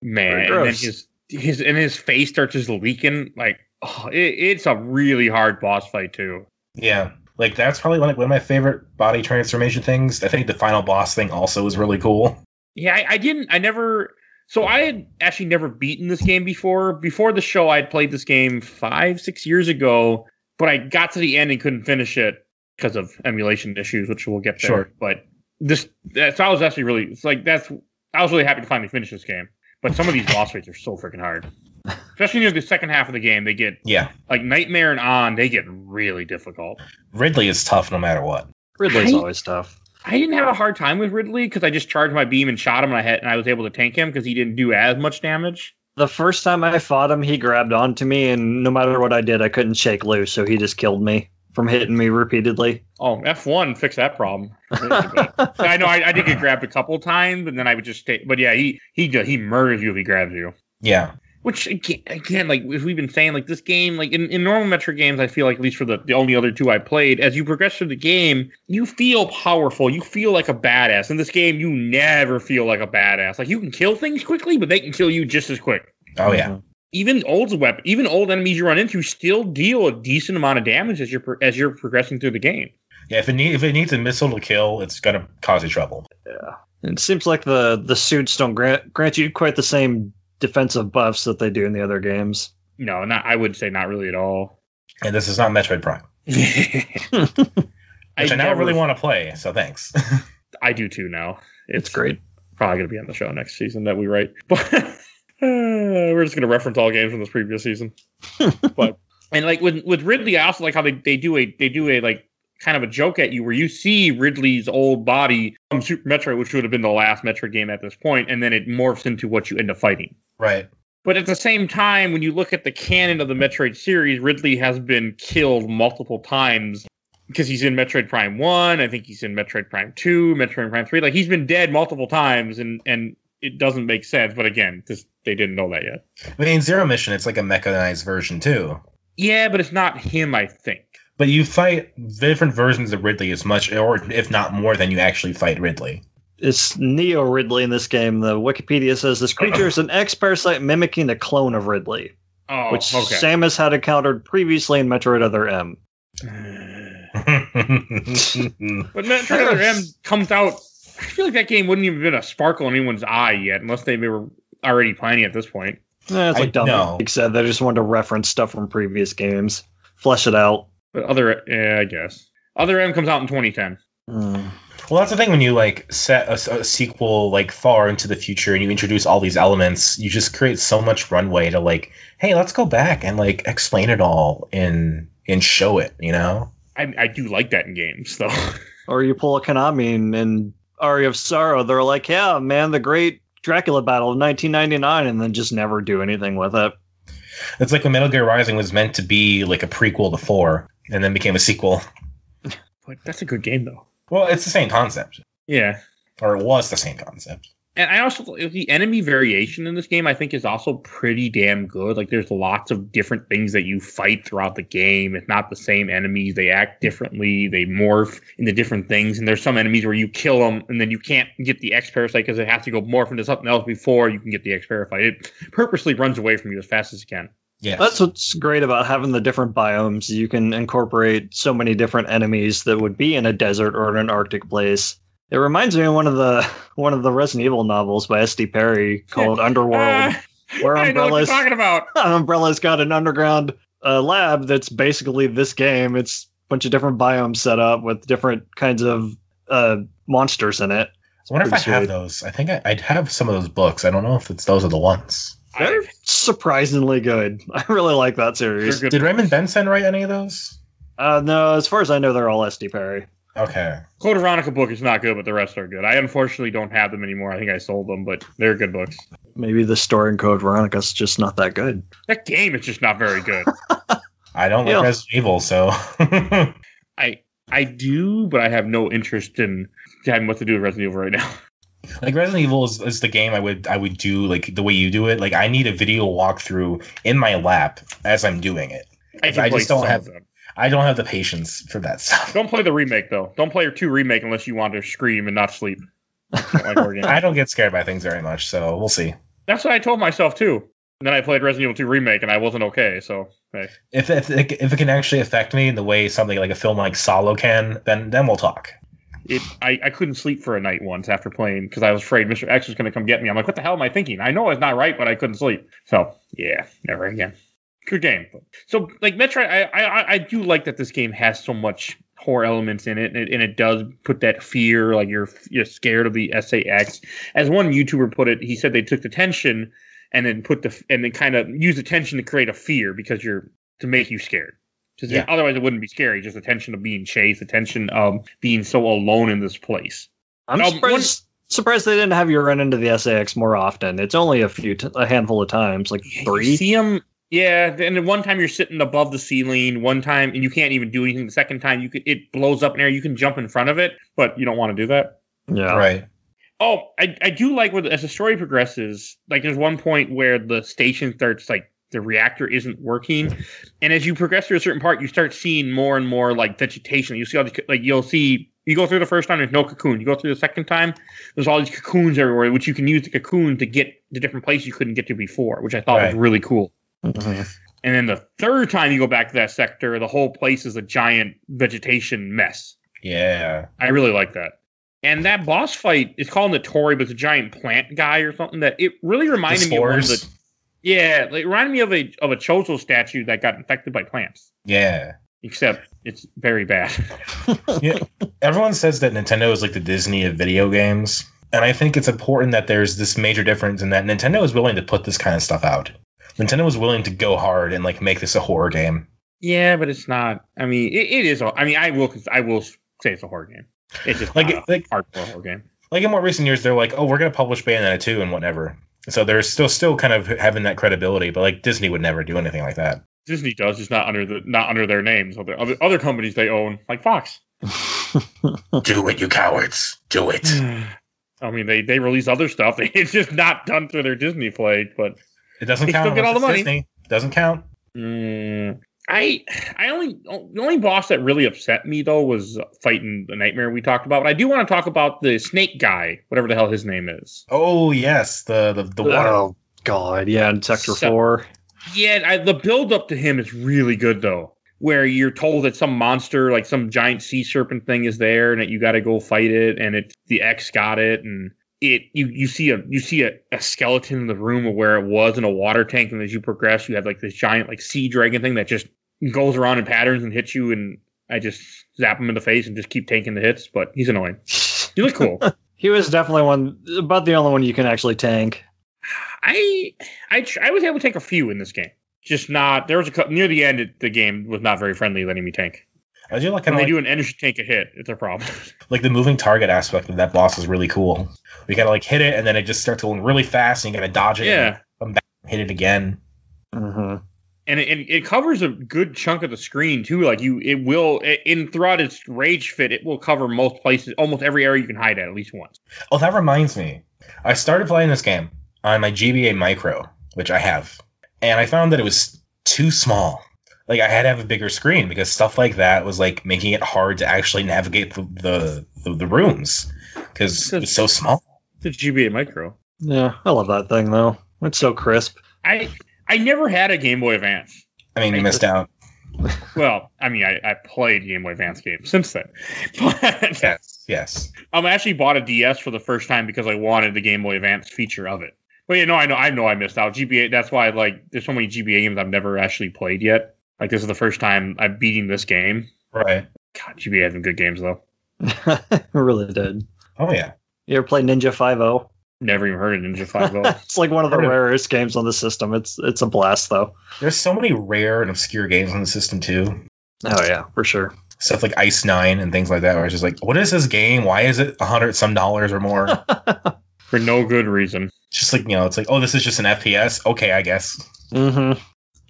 Man, Very and then gross. his his and his face starts just leaking. Like oh, it, it's a really hard boss fight too. Yeah. Like that's probably one of, one of my favorite body transformation things. I think the final boss thing also is really cool. Yeah, I, I didn't. I never. So I had actually never beaten this game before. Before the show, I had played this game five, six years ago, but I got to the end and couldn't finish it because of emulation issues, which we'll get there. Sure. But this, that- so I was actually really, it's like that's, I was really happy to finally finish this game. But some of these boss fights are so freaking hard, especially near the second half of the game. They get Yeah. like Nightmare and on, they get really difficult. Ridley is tough no matter what. Ridley's I- always tough. I didn't have a hard time with Ridley because I just charged my beam and shot him, and I had, and I was able to tank him because he didn't do as much damage. The first time I fought him, he grabbed onto me, and no matter what I did, I couldn't shake loose, so he just killed me from hitting me repeatedly. Oh, F one fixed that problem. I know I, I did get grabbed a couple times, and then I would just stay. But yeah, he he ju- he murders you if he grabs you. Yeah. Which again, again, like as we've been saying, like this game, like in, in normal metric games, I feel like at least for the, the only other two I played, as you progress through the game, you feel powerful. You feel like a badass. In this game, you never feel like a badass. Like you can kill things quickly, but they can kill you just as quick. Oh yeah. even old weapon, even old enemies you run into still deal a decent amount of damage as you're pro- as you're progressing through the game. Yeah, if it need, if it needs a missile to kill, it's gonna cause you trouble. It seems like the the suits don't grant grant you quite the same defensive buffs that they do in the other games. No, not I would say not really at all. And this is not Metroid Prime, which I, now never- really want to play. So thanks. I do too now. It's great. Probably gonna be on the show next season that we write, but uh, we're just gonna reference all games from this previous season. but and like with with Ridley, I also like how they, they do a they do a like kind of a joke at you where you see Ridley's old body from Super Metroid, which would have been the last Metroid game at this point, and then it morphs into what you end up fighting. Right. But at the same time, when you look at the canon of the Metroid series, Ridley has been killed multiple times because he's in Metroid Prime 1, I think he's in Metroid Prime 2, Metroid Prime 3. Like he's been dead multiple times and and it doesn't make sense, but again, just they didn't know that yet. I mean, Zero Mission, it's like a mechanized version too. Yeah, but it's not him, I think. But you fight different versions of Ridley as much, or if not more, than you actually fight Ridley. It's Neo Ridley in this game. The Wikipedia says this creature is an ex parasite mimicking a clone of Ridley, Oh, which okay. Samus had encountered previously in Metroid Other M. Eh, But Metroid Other M comes out. I feel like that game wouldn't even been a sparkle in anyone's eye yet, unless they were already planning it at this point. Eh, it's I like dumb. know. Like I said, they just wanted to reference stuff from previous games, flesh it out. But other, yeah, I guess. Other M comes out in 2010. Hmm. Mm. Well, that's the thing when you like set a, a sequel like far into the future and you introduce all these elements, you just create so much runway to like, hey, let's go back and like explain it all and and show it, you know? I, I do like that in games, though. Or you pull a Konami and, and Aria of Sorrow, they're like, yeah, man, the great Dracula battle of 1999, and then just never do anything with it. It's like when Metal Gear Rising was meant to be like a prequel to four and then became a sequel. But that's a good game, though. Well, it's the same concept, Yeah. or it was the same concept. And I also the enemy variation in this game I think is also pretty damn good. Like there's lots of different things that you fight throughout the game. It's not the same enemies. They act differently. They morph into different things. And there's some enemies where you kill them and then you can't get the X parasite because it has to go morph into something else before you can get the X parasite. It purposely runs away from you as fast as it can. Yeah, That's what's great about having the different biomes. You can incorporate so many different enemies that would be in a desert or in an arctic place. It reminds me of one of the one of the Resident Evil novels by S. D. Perry called Underworld. Ah, Where I know what you're umbrellas- talking about. Umbrella's got an underground uh, lab that's basically this game. It's a bunch of different biomes set up with different kinds of uh, monsters in it. I wonder if I pretty have sweet. those. I think I, I'd have some of those books. I don't know if it's those are the ones. They're surprisingly good. I really like that They're series. good. Did Raymond Benson write any of those? Uh, no, as far as I know, they're all S. D. Perry. Okay, Code Veronica book is not good, but the rest are good. I unfortunately don't have them anymore. I think I sold them, but they're good books. Maybe the story in Code Veronica's just not that good. That game is just not very good. I don't Yeah. like Resident Evil, so I I do, but I have no interest in having what to do with Resident Evil right now. like Resident Evil is, is the game I would I would do like the way you do it. Like I need a video walkthrough in my lap as I'm doing it. I, I just don't some have- of them. I don't have the patience for that stuff. Don't play the remake though. Don't play two remake unless you want to scream and not sleep. Don't like horror games. I don't get scared by things very much, so we'll see. That's what I told myself too. And then I played Resident Evil 2 remake and I wasn't okay. So hey. If if it, if it can actually affect me in the way something like a film like Solo can, then then we'll talk. it I, I couldn't sleep for a night once after playing because I was afraid Mr. X was going to come get me. I'm like, what the hell am I thinking? I know it's not right, but I couldn't sleep. So yeah, never again. Good game. So like Metroid, I I, I- I do like that this game has so much horror elements in it, and it, and it does put that fear, like you're you're scared of the SAX. As one YouTuber put it, he said they took the tension and then put the and then kind of use the tension to create a fear because you're to make you scared. Just, Yeah. Otherwise, it wouldn't be scary. Just the tension of being chased, the tension of being so alone in this place. I'm Um, surprised, surprised they didn't have you run into the SAX more often. It's only a few, t- a handful of times, like Yeah, you three. see them. Yeah, and then one time you're sitting above the ceiling, one time, and you can't even do anything. The second time, you could it blows up in air. You can jump in front of it, but you don't want to do that. yeah, Right. Oh, I, I do like where the, as the story progresses. Like, there's one point where the station starts like the reactor isn't working, and as you progress through a certain part, you start seeing more and more like vegetation. You see all the like you'll see. You go through the first time, there's no cocoon. You go through the second time, there's all these cocoons everywhere, which you can use the cocoon to get to different places you couldn't get to before, which I thought was Right. really cool. Mhm. And then the third time you go back to that sector, the whole place is a giant vegetation mess. Yeah. I really like that. And that boss fight is called Notori, but it's a giant plant guy or something. That it really The reminded me of one of spores. the yeah, like, it reminded me of a of a Chozo statue that got infected by plants. Yeah. Except it's very bad. everyone says that Nintendo is like the Disney of video games. And I think it's important that there's this major difference in that Nintendo is willing to put this kind of stuff out. Nintendo is willing to go hard and like make this a horror game. Yeah, but it's not. I mean, it, it is. a- I mean, I will. cons- I will say it's a horror game. It's just Like, like not a like- hardcore horror game. Like in more recent years, they're like, oh, we're gonna publish Bayonetta two and whatever. So they're still still kind of having that credibility, but like Disney would never do anything like that. Disney does. It's not under the not under their names. Other other, other companies they own, like Fox. do it, you cowards! Do it. I mean, they they release other stuff. It's just not done through their Disney flag. But It doesn't They count. still get unless all the money. it's Disney. Doesn't count. mm, I I only the only boss that really upset me though was fighting the nightmare we talked about. But I do want to talk about the snake guy, whatever the hell his name is. Oh yes, the the, the water. Oh God, yeah, in Sector So- Four. Yeah, I, the build up to him is really good though. Where you're told that some monster, like some giant sea serpent thing, is there, and that you got to go fight it, and it the X got it, and it you you see a you see a, a skeleton in the room of where it was in a water tank, and as you progress, you have like this giant like sea dragon thing that just goes around in patterns and hits you, and I just zap him in the face and just keep taking the hits. But he's annoying. You look cool. He was definitely one, about the only one you can actually tank. I I tr- I was able to take a few in this game. Just not there was a cou- near the end it, the game was not very friendly letting me tank. I do like When kind they of do like, an energy tank a hit, it's a problem. like the moving target aspect of that boss is really cool. We gotta like hit it, and then it just starts going really fast, and you gotta dodge it. yeah, and hit it again. hmm and it, and it covers a good chunk of the screen too. Like you, it will i- in throughout its rage fit, it will cover most places, almost every area you can hide at at least once. Oh, that reminds me. I started playing this game on my GBA Micro, which I have, and I found that it was too small. Like I had to have a bigger screen because stuff like that was like making it hard to actually navigate the the, the, the rooms because it was so small. The GBA Micro. Yeah, I love that thing though. It's so crisp. I I never had a Game Boy Advance. I mean, you missed out. Well, I mean, I, I played Game Boy Advance games since then, but Yes, yes. Um, I actually bought a DS for the first time because I wanted the Game Boy Advance feature of it. But you know, I know, I know, I missed out. GBA. That's why, like, there's so many GBA games I've never actually played yet. Like, this is the first time I'm beating this game. Right. God, GBA had some good games though. it really did. Oh yeah. You ever play Ninja Five O? Never even heard of Ninja Five O. it's like one of the Heard of it. rarest games on the system. It's it's a blast though. There's so many rare and obscure games on the system too. Oh yeah, for sure. Stuff like Ice Nine and things like that, where it's just like, what is this game? Why is it a hundred some dollars or more? for no good reason. just like you know, it's like, oh, this is just an FPS. Okay, I guess. Mm-hmm.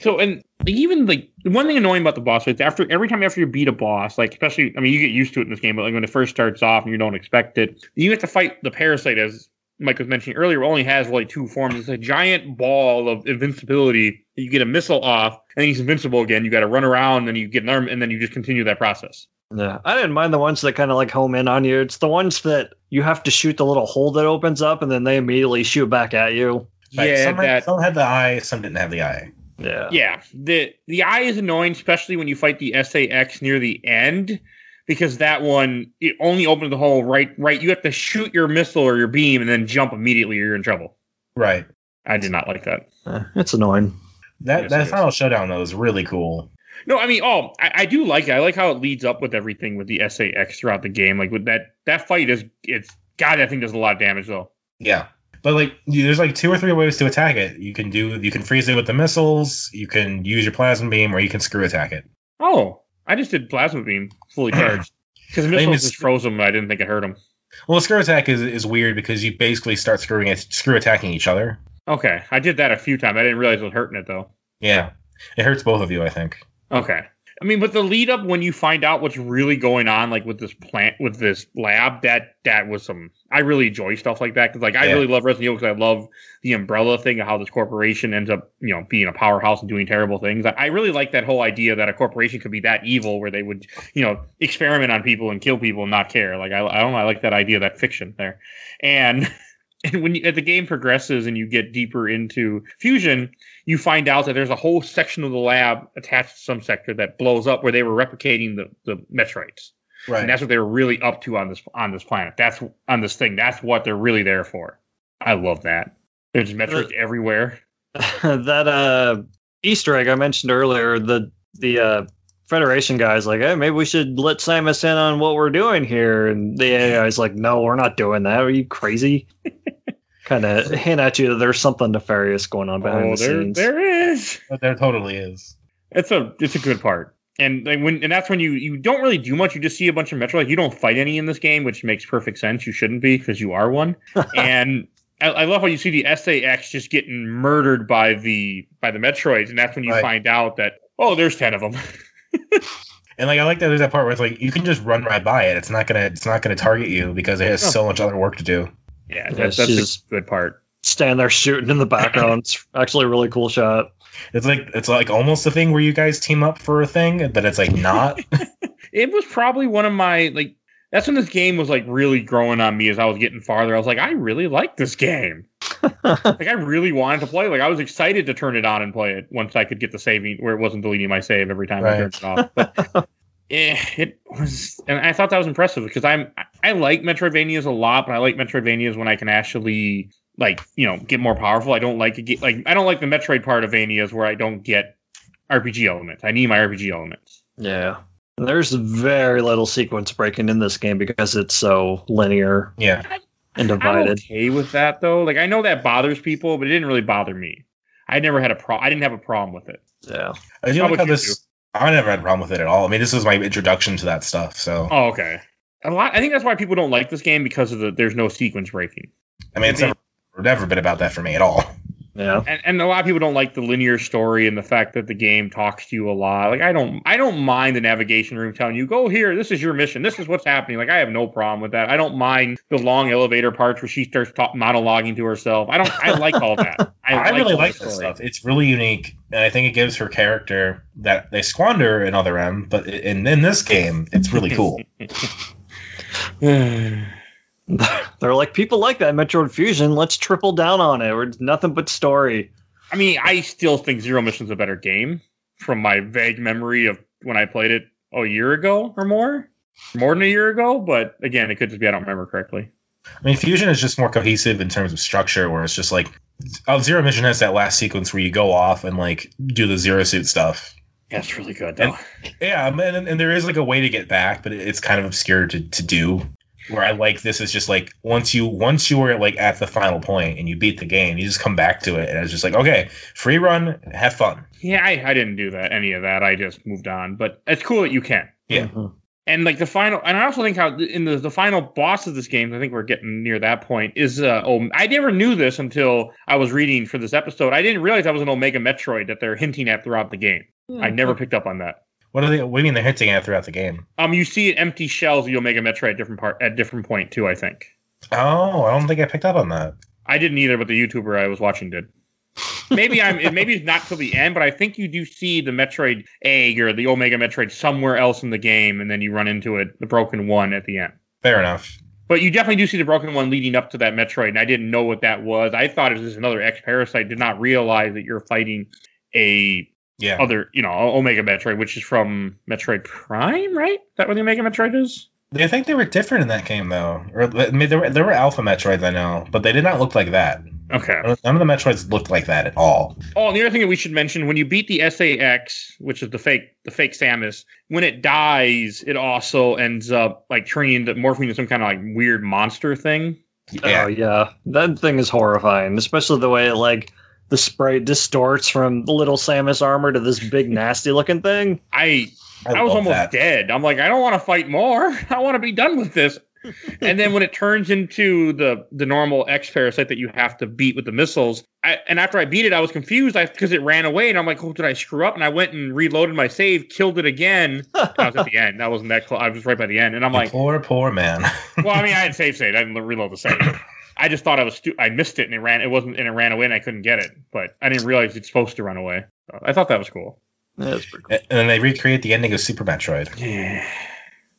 So, and like, even like the one thing annoying about the boss fights after every time after you beat a boss, like especially, I mean, you get used to it in this game, but like when it first starts off and you don't expect it, you have to fight the parasite as Mike was mentioning earlier. Only has like two forms. It's a giant ball of invincibility. that You get a missile off, and then he's invincible again. You got to run around, then you get an arm, and then you just continue that process. Yeah, I didn't mind the ones that kind of like home in on you. It's the ones that you have to shoot the little hole that opens up, and then they immediately shoot back at you. Like, yeah, some, had- that some had the eye, some didn't have the eye. Yeah. Yeah, the the eye is annoying, especially when you fight the SAX near the end, because that one it only opens the hole right. Right, you have to shoot your missile or your beam and then jump immediately, or you're in trouble. Right. I did not like that. Eh, it's annoying. That Yes, that yes. final showdown though is really cool. No, I mean, oh, I, I do like it. I like how it leads up with everything with the SAX throughout the game. Like with that that fight is it's God, that thing does a lot of damage though. Yeah. But like, you- there's like two or three ways to attack it. You can do you can freeze it with the missiles. You can use your plasma beam, or you can screw attack it. Oh, I just did plasma beam fully charged because the mean, missiles it's- just froze them. And I didn't think it hurt them. Well, screw attack is, is weird because you basically start screwing it, screw attacking each other. Okay, I did that a few times. I didn't realize it was hurting it though. Yeah, it hurts both of you, I think. Okay. I mean, but the lead up when you find out what's really going on, like with this plant, with this lab, that that was some. I really enjoy stuff like that because, like, I Yeah. really love Resident Evil because I love the umbrella thing of how this corporation ends up, you know, being a powerhouse and doing terrible things. I, I really like that whole idea that a corporation could be that evil where they would, you know, experiment on people and kill people and not care. Like, I, I don't know, I like that idea, that fiction there, and. And when you, as the game progresses and you get deeper into fusion, you find out that there's a whole section of the lab attached to some sector that blows up where they were replicating the, the metroids. Right. And that's what they were really up to on this on this planet. That's on this thing. That's what they're really there for. I love that. There's metroids Uh, everywhere. that uh Easter egg I mentioned earlier, the the uh Federation guy's like, hey, maybe we should let Samus in on what we're doing here. And the AI's like, no, we're not doing that. Are you crazy? kind of hint at you that there's something nefarious going on behind Oh, the there scenes. there is. But there totally is. It's a it's a good part. And like, when and that's when you you don't really do much. You just see a bunch of Metroid. You don't fight any in this game, which makes perfect sense. You shouldn't be because you are one. and I, I love how you see the SAX just getting murdered by the by the Metroids, and that's when you Right. find out that oh, there's ten of them. And like I like that there's that part where it's like you can just run right by it. It's not gonna it's not gonna target you because it has No. so much other work to do. yeah, Yeah, that's, she's that's just- a good part. Stand there shooting in the background. It's actually a really cool shot. It's like it's like almost a thing where you guys team up for a thing, but it's like not. it was probably one of my like that's when this game was like really growing on me as I was getting farther. I was like, I really like this game. like I really wanted to play. Like I was excited to turn it on and play it once I could get the saving where it wasn't deleting my save every time I Right. turned it off. But eh, it was, and I thought that was impressive because I'm I like Metroidvanias a lot, but I like Metroidvanias when I can actually like you know get more powerful. I don't like to get like I don't like the Metroid part of Vanias where I don't get RPG elements. I need my RPG elements. Yeah. There's very little sequence breaking in this game because it's so linear yeah. and divided. I'm okay with that though. Like I know that bothers people, but it didn't really bother me. I never had a pro. I didn't have a problem with it. Yeah. I do How like about how you this. I never had a problem with it at all. I mean, this was my introduction to that stuff. So Oh, okay. A lot. I think that's why people don't like this game because of the there's no sequence breaking, I mean, it's never, never been about that for me at all. Yeah. and and a lot of people don't like the linear story and the fact that the game talks to you a lot. Like I don't I don't mind the navigation room telling you go here. This is your mission. This is what's happening. Like I have no problem with that. I don't mind the long elevator parts where she starts talk, monologuing to herself. I don't. I like all that. I, I, really all like the this story. stuff. It's really unique, and I think it gives her character that they squander in other M, but i- in, in this game, it's really cool. They're like, people like that Metroid Fusion. Let's triple down on it. It's nothing but story. I mean, I still think Zero Mission's a better game from my vague memory of when I played it a year ago or more, more than a year ago. But again, it could just be I don't remember correctly. I mean, Fusion is just more cohesive in terms of structure, where it's just like oh, Zero Mission has that last sequence where you go off and like do the Zero Suit stuff. That's really good though. Yeah, and, and, and there is like a way to get back, but it- it's kind of obscure to, to do. Where I like this is just like once you once you were like at the final point and you beat the game, you just come back to it, and it's just like okay, free run, have fun. yeah, I, I didn't do that any of that. I just moved on. But it's cool that you can. Yeah. Mhm. And like the final, and I also think how th- in the, the final boss of this game, I think we're getting near that point. Is uh, oh, I never knew this until I was reading for this episode. I didn't realize that was an Omega Metroid that they're hinting at throughout the game. I Hmm. never picked up on that. What are they? What do you mean they're hinting at throughout the game? Um, you see empty shells of the Omega Metroid at different part at different point too. I think Oh, I don't think I picked up on that. I didn't either, but the YouTuber I was watching did. Maybe I'm it- maybe it's not till the end, but I think you do see the Metroid egg or the Omega Metroid somewhere else in the game, and then you run into it, the broken one at the end. Fair enough. But you definitely do see the broken one leading up to that Metroid, and I didn't know what that was. I thought it was just another ex parasite. Did not realize that you're fighting a Yeah, other, you know, Omega Metroid, which is from Metroid Prime, right? Is that where the Omega Metroid is? I think they were different in that game though. Or I mean, there were there were Alpha Metroids I know, but they did not look like that. Okay. None of the Metroids looked like that at all. Oh, and the other thing that we should mention when you beat the SAX, which is the fake the fake Samus, when it dies, it also ends up like turning into morphing into some kind of like weird monster thing. Yeah, Oh, yeah. That thing is horrifying, especially the way it, like, the sprite distorts from little Samus armor to this big, nasty looking thing. I I, was love almost that. dead. I'm like, I don't want to fight more. I want to be done with this. and then when it turns into the the normal X parasite that you have to beat with the missiles, I, and after I beat it, I was confused because it ran away, and I'm like, oh, did I screw up? And I went and reloaded my save, killed it again. I was at the end. That wasn't that close. I was right by the end, and I'm The like, poor poor man. well, I mean, I had save state. I didn't reload the save. I just thought I was stu- I missed it and it ran. It wasn't and it ran away and I couldn't get it. But I didn't realize it's supposed to run away. So I thought that was cool. That's pretty cool. and then they recreate the ending of Super Metroid. Yeah,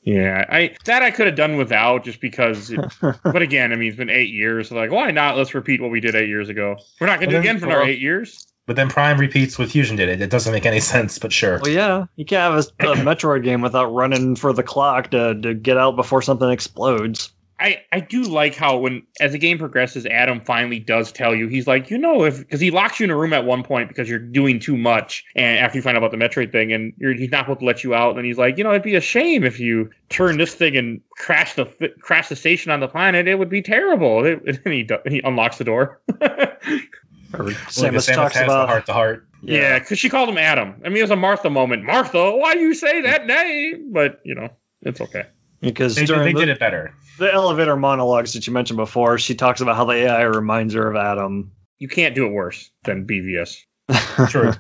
yeah. I that I could have done without just because. It, but again, I mean, it's been eight years. So like, why not? Let's repeat what we did eight years ago. We're not gonna do it again for another eight years. But then Prime repeats what Fusion did. It, it doesn't make any sense, but sure. Well, yeah, you can't have a, a Metroid game without running for the clock to, to get out before something explodes. I, I do like how when as the game progresses, Adam finally does tell you he's like you know if because he locks you in a room at one point because you're doing too much and after you find out about the Metroid thing and you're, he's not supposed to let you out and he's like you know it'd be a shame if you turn this thing and crash the fi- crash the station on the planet it would be terrible and then he do- he unlocks the door Or Well, Samus because Samus talks has the about heart to heart. Yeah, because she called him Adam. I mean, it was a Martha moment. Martha, why do you say that name? But you know, it's okay. Because They, did- during they the, did it better. the elevator monologues that you mentioned before, she talks about how the AI reminds her of Adam. You can't do it worse than BVS. True.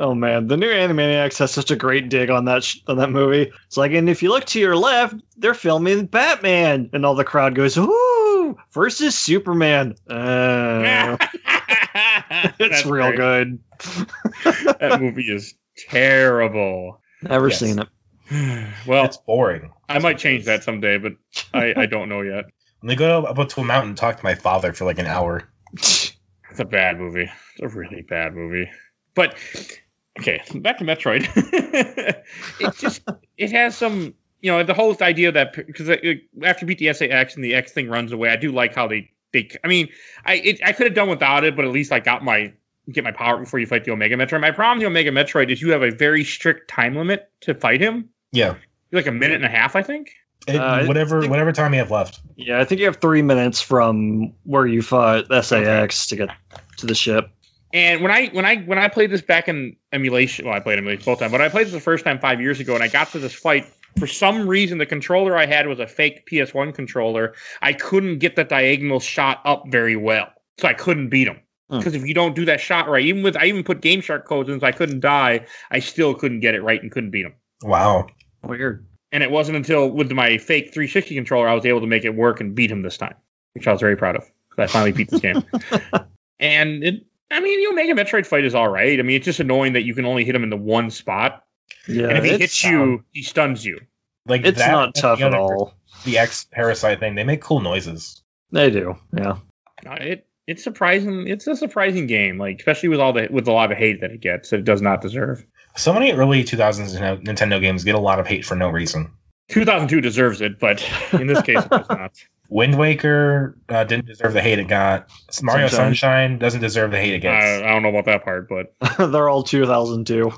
Oh man, the new Animaniacs has such a great dig on that sh- on that movie. It's like, and if you look to your left, they're filming Batman, and all the crowd goes, "Ooh!" versus Superman. Uh, it's That's real great. good. That movie is terrible. Never Yes. seen it. Oh. Well, It's boring. I might change that someday, but I, I don't know yet. Let me go up, up to a mountain and talk to my father for like an hour. It's a bad movie. It's a really bad movie. But okay, back to Metroid. it just it has some you know the whole idea that because after you beat the SAX and the X thing runs away, I do like how they they. I mean, I it, I could have done without it, but at least I got my get my power before you fight the Omega Metroid. My problem with the Omega Metroid is you have a very strict time limit to fight him. Yeah. You're like a minute and a half, I think. It- Uh, I whatever think- whatever time you have left. Yeah, I think you have three minutes from where you fought SAX to get to the ship. And when I when I when I played this back in emulation, well, I played emulation both time, but I played this the first time five years ago, and I got to this fight. For some reason, the controller I had was a fake PS1 controller. I couldn't get the diagonal shot up very well, so I couldn't beat him. Hmm. Because if you don't do that shot right, even with I even put Game Shark codes in, so I couldn't die. I still couldn't get it right and couldn't beat him. Wow. Weird. And it wasn't until with my fake 360 controller I was able to make it work and beat him this time, which I was very proud of because I finally beat this game. and it, I mean, you know, Mega Metroid fight is all right. I mean, it's just annoying that you can only hit him in the one spot, Yeah, and if he it's, um, hits you, he stuns you. Like it's that not and the tough at other- all. The X parasite thing. They make cool noises. They do. Yeah. Uh, It it's surprising. It's a surprising game, like especially with all the with a lot of hate that it gets that it does not deserve. So many early 2000s Nintendo- Nintendo games get a lot of hate for no reason. 2002 deserves it, but in this case, it does not. Wind Waker uh, didn't deserve the hate it got. Sunshine. Mario Uh, Sunshine, doesn't deserve the hate it gets. I, I don't know about that part, but They're all 2002.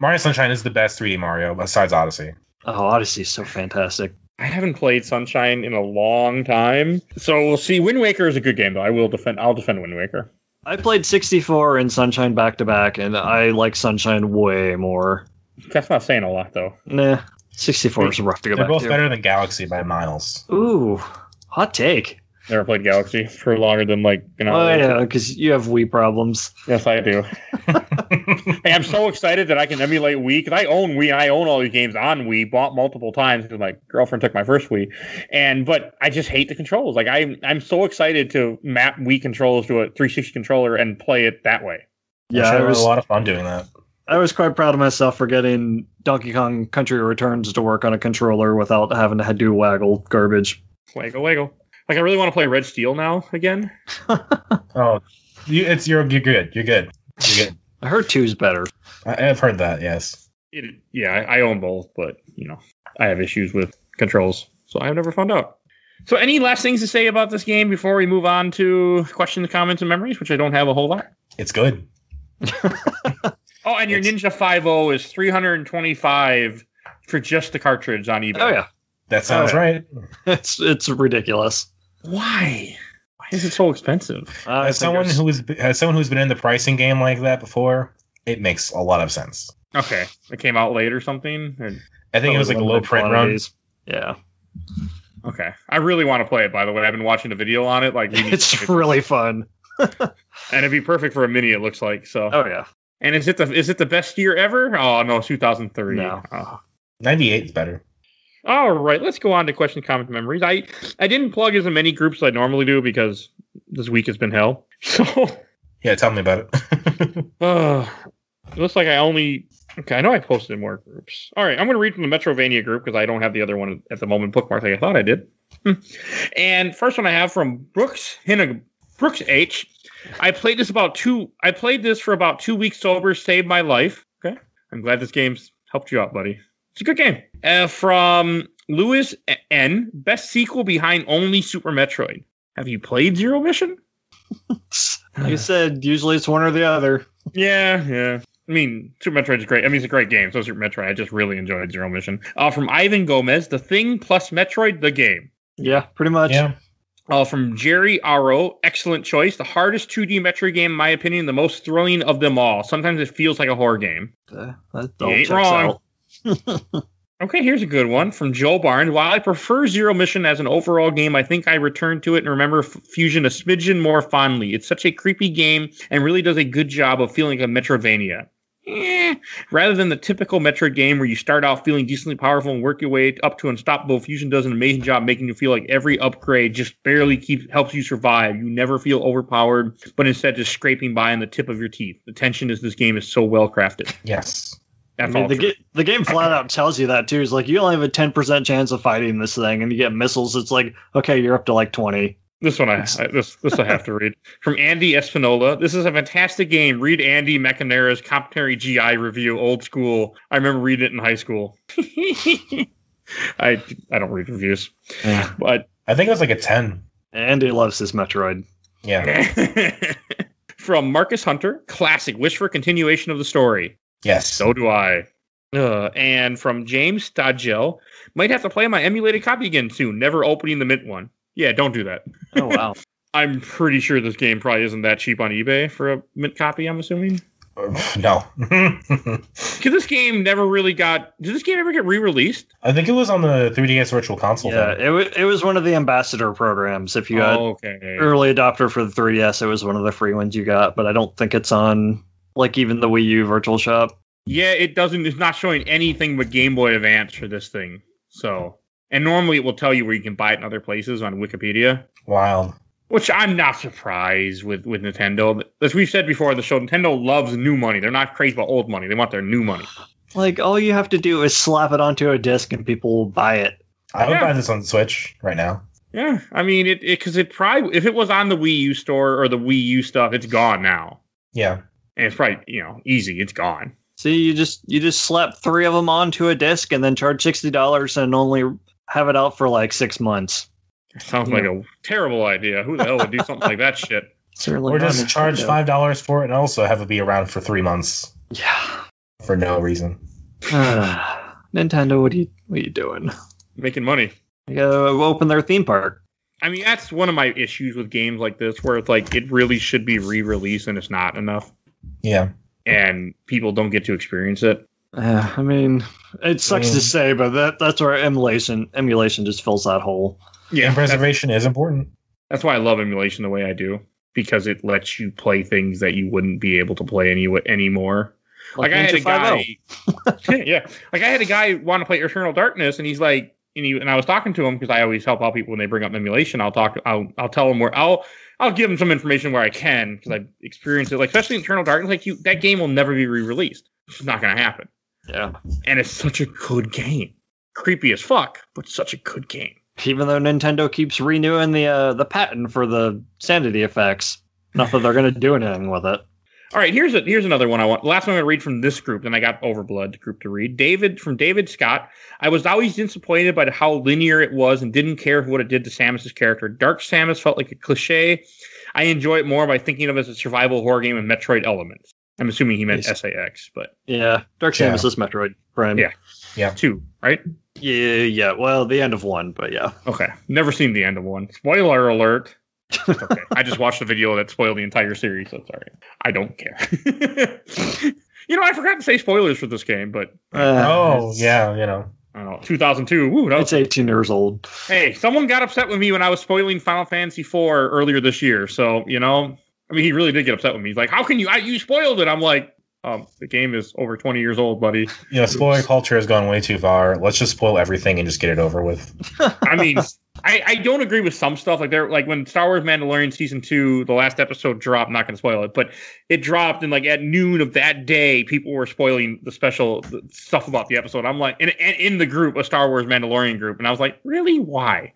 Mario Sunshine is the best 3D Mario besides Odyssey. Oh, Odyssey's so fantastic. I haven't played Sunshine in a long time, so we'll see. Wind Waker is a good game, though. I will defend. I'll defend Wind Waker. I played 64 and Sunshine back to back, and I like Sunshine way more. That's not saying a lot, though. Nah, 64 is rough to go They're back both to. better than Galaxy by miles. Ooh, hot take. Never played Galaxy for longer than like an hour. oh yeah, because you have Wii problems. Yes, I do. hey, I'm so excited that I can emulate Wii because I own Wii. and I own all these games on Wii. Bought multiple times because my girlfriend took my first Wii, and but I just hate the controls. Like I'm, I'm so excited to map Wii controls to a 360 controller and play it that way. Yeah, I I was was a lot of fun doing that. I was quite proud of myself for getting Donkey Kong Country Returns to work on a controller without having to do waggle garbage. Waggle, waggle. Like I really want to play Red Steel now again. Oh, you, it's you're, you're good. You're good. You're good. I heard two's better. I, I've heard that. Yes. it, yeah, I, I own both, but you know, I have issues with controls, so I've never found out. So, any last things to say about this game before we move on to questions, comments, and memories, which I don't have a whole lot. It's good. Oh, and your It's- Ninja Five O is three hundred and twenty-five for just the cartridge on eBay. Oh yeah, That sounds All right. it's it's ridiculous. Why? Why is it so expensive? Uh, I As think someone it's- who is as someone who's been in the pricing game like that before, it makes a lot of sense. Okay, it came out late or something. or- I think it was like a low limited print run. quantities. Yeah, okay, I really want to play it. By the way, I've been watching a video on it. Like, we need- it's really fun. and it'd be perfect for a mini. It looks like so. Oh yeah, And is it the is it the best year ever? Oh no, two thousand three. Oh. No. Ninety eight is better. All right, let's go on to question, comment, memories. I I didn't plug as many groups as I normally do because this week has been hell. So Yeah, tell me about it. uh, it looks like I only okay. I know I posted in more groups. All right, I'm going to read from the Metrovania group because I don't have the other one at the moment bookmarked like I thought I did. Hmm. and first one I have from Brooks Hinnig- Brooks H. I played this about two. I played this for about two weeks sober. Saved my life. Okay, I'm glad this game's helped you out, buddy. It's a good game. Uh, from Lewis N. Best sequel behind only Super Metroid. Have you played Zero Mission? like I said, usually it's one or the other. Yeah, yeah. I mean, Super Metroid is great. I mean, it's a great game. So Super Metroid, I just really enjoyed Zero Mission. Uh, from Ivan Gomez, The Thing plus Metroid, the game. Yeah, pretty much. yeah, Uh, from Jerry Aro, excellent choice. The hardest 2D Metro game, in my opinion, the most thrilling of them all. Sometimes it feels like a horror game. Uh, that all ain't checks wrong. out. Okay, here's a good one from Joe Barnes. While I prefer Zero Mission as an overall game, I think I return to it and remember F- Fusion a smidgen more fondly. It's such a creepy game and really does a good job of feeling like a Metrovania. Eh, rather than the typical Metro game where you start off feeling decently powerful and work your way up to unstoppable, Fusion does an amazing job making you feel like every upgrade just barely keeps helps you survive. You never feel overpowered, but instead just scraping by on the tip of your teeth. The tension is this game is so well crafted. Yes. I That's mean, all. the, true. ga- the game flat out tells you that too. It's like you only have a ten percent chance of fighting this thing, and you get missiles. It's like okay, you're up to like twenty. This one I, I this this I have to read from Andy Espinola. This is a fantastic game. Read Andy McInerney's commentary GI review, old school. I remember reading it in high school. I I don't read reviews, Yeah. but I think it was like a 10. Andy loves this Metroid. Yeah. from Marcus Hunter, classic. Wish for continuation of the story. Yes. So do I. Uh, and from James Stadgel, might have to play my emulated copy again soon. Never opening the mint one. Yeah, don't do that. Oh wow. I'm pretty sure this game probably isn't that cheap on eBay for a mint copy. I'm assuming no. because this game never really got. Did this game ever get re-released? I think it was on the 3DS Virtual Console. yeah, thing. it, wa it was one of the ambassador programs. If you Oh, had okay. early adopter for the 3DS, it was one of the free ones you got, but I don't think it's on like even the Wii U Virtual Shop. Yeah, it doesn't. It's not showing anything but Game Boy Advance for this thing. So, and normally it will tell you where you can buy it in other places on Wikipedia. Wild. Which I'm not surprised with with Nintendo. As we've said before on the show, Nintendo loves new money. They're not crazy about old money. They want their new money. Like all you have to do is slap it onto a disc and people will buy it. I would Yeah. buy this on Switch right now. Yeah, I mean it because it, probably if it was on the Wii U store or the Wii U stuff, it's gone now, Yeah. and it's probably you know easy. It's gone. See, you just you just slap three of them onto a disc and then charge sixty dollars and only have it out for like six months. Sounds like a terrible idea. Who the hell would do something like that shit? Certainly Or not just charge Nintendo. $5 for it and also have it be around for three months for no reason. Yeah. Nintendo, what are you what are you doing? Making money. You gotta open their theme park. I mean, that's one of my issues with games like this, where it's like it really should be re-released and it's not enough, Yeah. and people don't get to experience it. Yeah, I mean, it sucks Yeah. to say, but that that's where emulation emulation just fills that hole. Yeah, And preservation is important. That's why I love emulation the way I do because it lets you play things that you wouldn't be able to play any anymore. Like, I had a Ninja oh. 5.0. guy, yeah, like I had a guy want to play Eternal Darkness, and he's like, and, he, and I was talking to him because I always help out people when they bring up emulation. I'll talk, I'll, I'll tell him where I'll, I'll give him some information where I can because I experienced it, like especially Eternal Darkness. Like you, that game will never be re-released. It's just not gonna happen. Yeah, And it's such a good game, creepy as fuck, but such a good game. even though Nintendo keeps renewing the uh, the patent for the sanity effects, not that they're gonna do anything with it. All right, here's a, here's another one I want. Last one I'm gonna read from this group, then I got Overblood group to read. David from David Scott. I was always disappointed by how linear it was and didn't care for what it did to Samus's character. Dark Samus felt like a cliche. I enjoy it more by thinking of it as a survival horror game with Metroid elements. I'm assuming he meant Yes. SAX, but Yeah, Dark Yeah. Samus is Metroid Prime. Yeah. two, right? yeah, yeah. Well, the end of one, but yeah, Okay, never seen the end of one. Spoiler alert. It's okay. I just watched a video that spoiled the entire series, so sorry. I don't care. you know, I forgot to say spoilers for this game, but Uh, oh, it's- yeah, you know. I don't know, 2002. Woo, that was It's 18 years old. Hey, someone got upset with me when I was spoiling Final Fantasy IV earlier this year. So you know, I mean, he really did get upset with me. He's like, "How can you? I, you spoiled it." I'm like, um, "The game is over 20 years old, buddy." You know, spoiler culture has gone way too far. Let's just spoil everything and just get it over with. I mean, I, I don't agree with some stuff. Like there, like when Star Wars Mandalorian season two, the last episode dropped. Not going to spoil it, but it dropped, and like at noon of that day, people were spoiling the special the stuff about the episode. I'm like, and, and in the group, a Star Wars Mandalorian group, and I was like, really, why?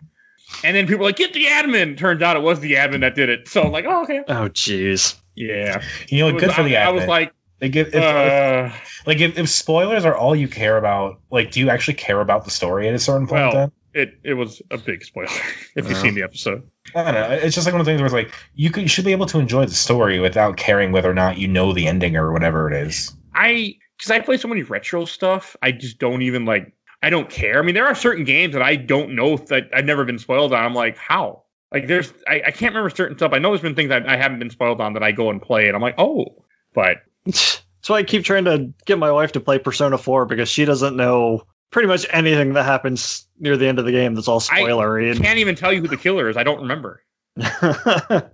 And then people were like, get the admin. Turns out it was the admin that did it. So I'm like, oh okay, Oh, jeez. yeah. You know, It was- good for I, the admin. I was like, like, if, if- uh, if- like if, if spoilers are all you care about, like, do you actually care about the story at a certain point? Well, then? it it was a big spoiler if you've Yeah. seen the episode. I don't know. It's just like one of the things where it's like you, could, you should be able to enjoy the story without caring whether or not you know the ending or whatever it is. I because I play so many retro stuff, I just don't even like. I don't care. I mean, there are certain games that I don't know that I've never been spoiled on. I'm like, how? Like there's, I, I can't remember certain stuff. I know there's been things I, I haven't been spoiled on that I go and play, and I'm like, oh, but That's why I keep trying to get my wife to play Persona 4 because she doesn't know pretty much anything that happens near the end of the game that's all I spoilery. and- can't even tell you who the killer is. I don't remember.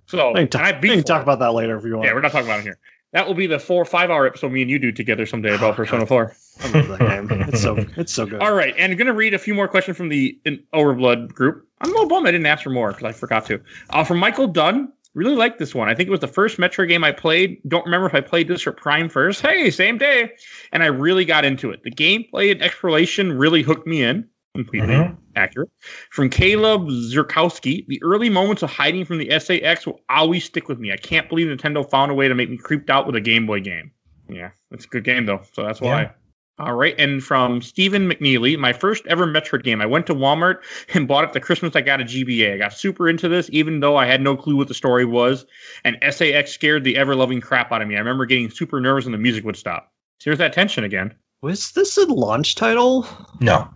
So we can, and talk, I we beat can talk four. about that later if you want. Yeah, we're not talking about it here. That will be the four five hour episode me and you do together someday about Oh, Persona Four. I love that game. It's so it's so good. All right, and I'm gonna read a few more questions from the in- Overblood group. I'm a little bummed I didn't ask for more because I forgot to. Uh, from Michael Dunn, really like this one. I think it was the first Metro game I played. Don't remember if I played this or Prime first. Hey, same day, and I really got into it. The gameplay and exploration really hooked me in. Completely Mhm. accurate. From Caleb Zurkowski, the early moments of hiding from the SAX will always stick with me. I can't believe Nintendo found a way to make me creeped out with a Game Boy game. Yeah, it's a good game though, so that's why. Yeah. All right, and from Stephen McNeely, my first ever Metroid game. I went to Walmart and bought it for Christmas. I got a GBA. I got super into this, even though I had no clue what the story was. And SAX scared the ever loving crap out of me. I remember getting super nervous and the music would stop. So here's that tension again. Was this a launch title? No.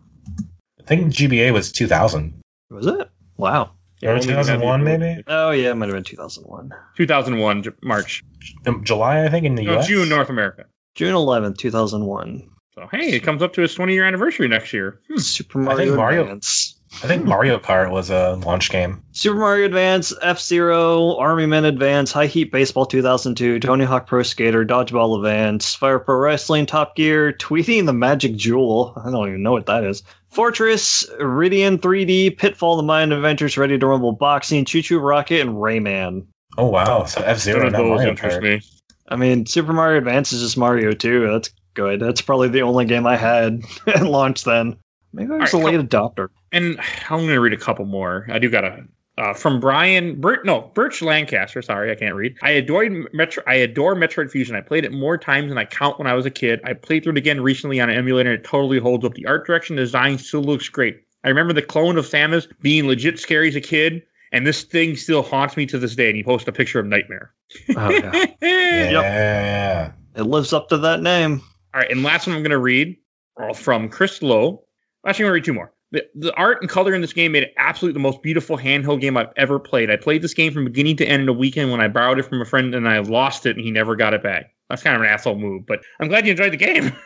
I think GBA was 2000. Was it? Wow. Or 2001, maybe? Oh yeah, it might have been 2001. 2001, J- March. Um, July, I think, in the No, US. June, North America. June 11th, 2001. So hey, it comes up to its 20 year anniversary next year. Hmm. Super I Mario, think Mario- Advance. I think Mario Kart was a launch game. Super Mario Advance, F Zero, Army Men Advance, High Heat Baseball 2002, Tony Hawk Pro Skater, Dodgeball Advance, Fire Pro Wrestling, Top Gear, Tweety and the Magic Jewel. I don't even know what that is. Fortress, Iridian 3D, Pitfall, The Mind Adventures, Ready to Rumble Boxing, Choo Choo Rocket, and Rayman. Oh, wow. So F Zero, None of not those Mario interest Kart. me. I mean, Super Mario Advance is just Mario 2. That's good. That's probably the only game I had at launch then. Maybe I was All a right, late adopter. and I'm going to read a couple more. I do got to uh, from Brian Bert, no Birch Lancaster. Sorry, I can't read. I adored Metro. I adore Metroid Fusion. I played it more times than I count when I was a kid. I played through it again recently on an emulator. and It totally holds up. The art direction, design still looks great. I remember the clone of Samus being legit scary as a kid, and this thing still haunts me to this day. And he posted a picture of Nightmare. Oh, yeah. Yeah. It lives up to that name. All right, and last one I'm going to read are from Chris Lowe. Actually, I'm going to read two more. The, the art and color in this game made it absolutely the most beautiful handheld game I've ever played. I played this game from beginning to end in a weekend when I borrowed it from a friend and I lost it and he never got it back. That's kind of an asshole move, but I'm glad you enjoyed the game.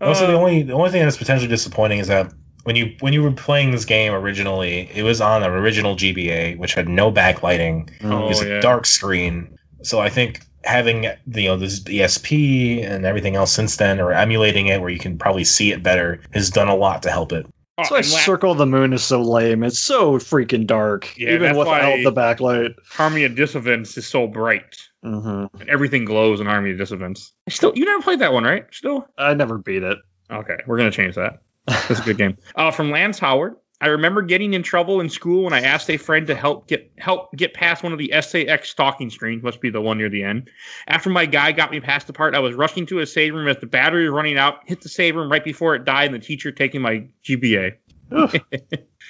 Also, the Uh, only the only thing that's potentially disappointing is that when you when you were playing this game originally, it was on an original GBA, which had no backlighting. It Oh, was yeah. a dark screen. So I think having you know this ESP and everything else since then, or emulating it where you can probably see it better, has done a lot to help it. oh, That's why and la- Circle of the Moon is so lame. It's so freaking dark, Yeah, even that's without why- the backlight. Harmony of Dissonance is so bright. hmm And everything glows in Harmony of Dissonance. Still, you never played that one, right? Still? I never beat it. Okay, we're gonna change that. That's a good game. Uh, from Lance Howard. I remember getting in trouble in school when I asked a friend to help get help get past one of the SAX stalking screens, must be the one near the end. After my guy got me past the part, I was rushing to a save room as the battery was running out, hit the save room right before it died, and the teacher taking my GBA.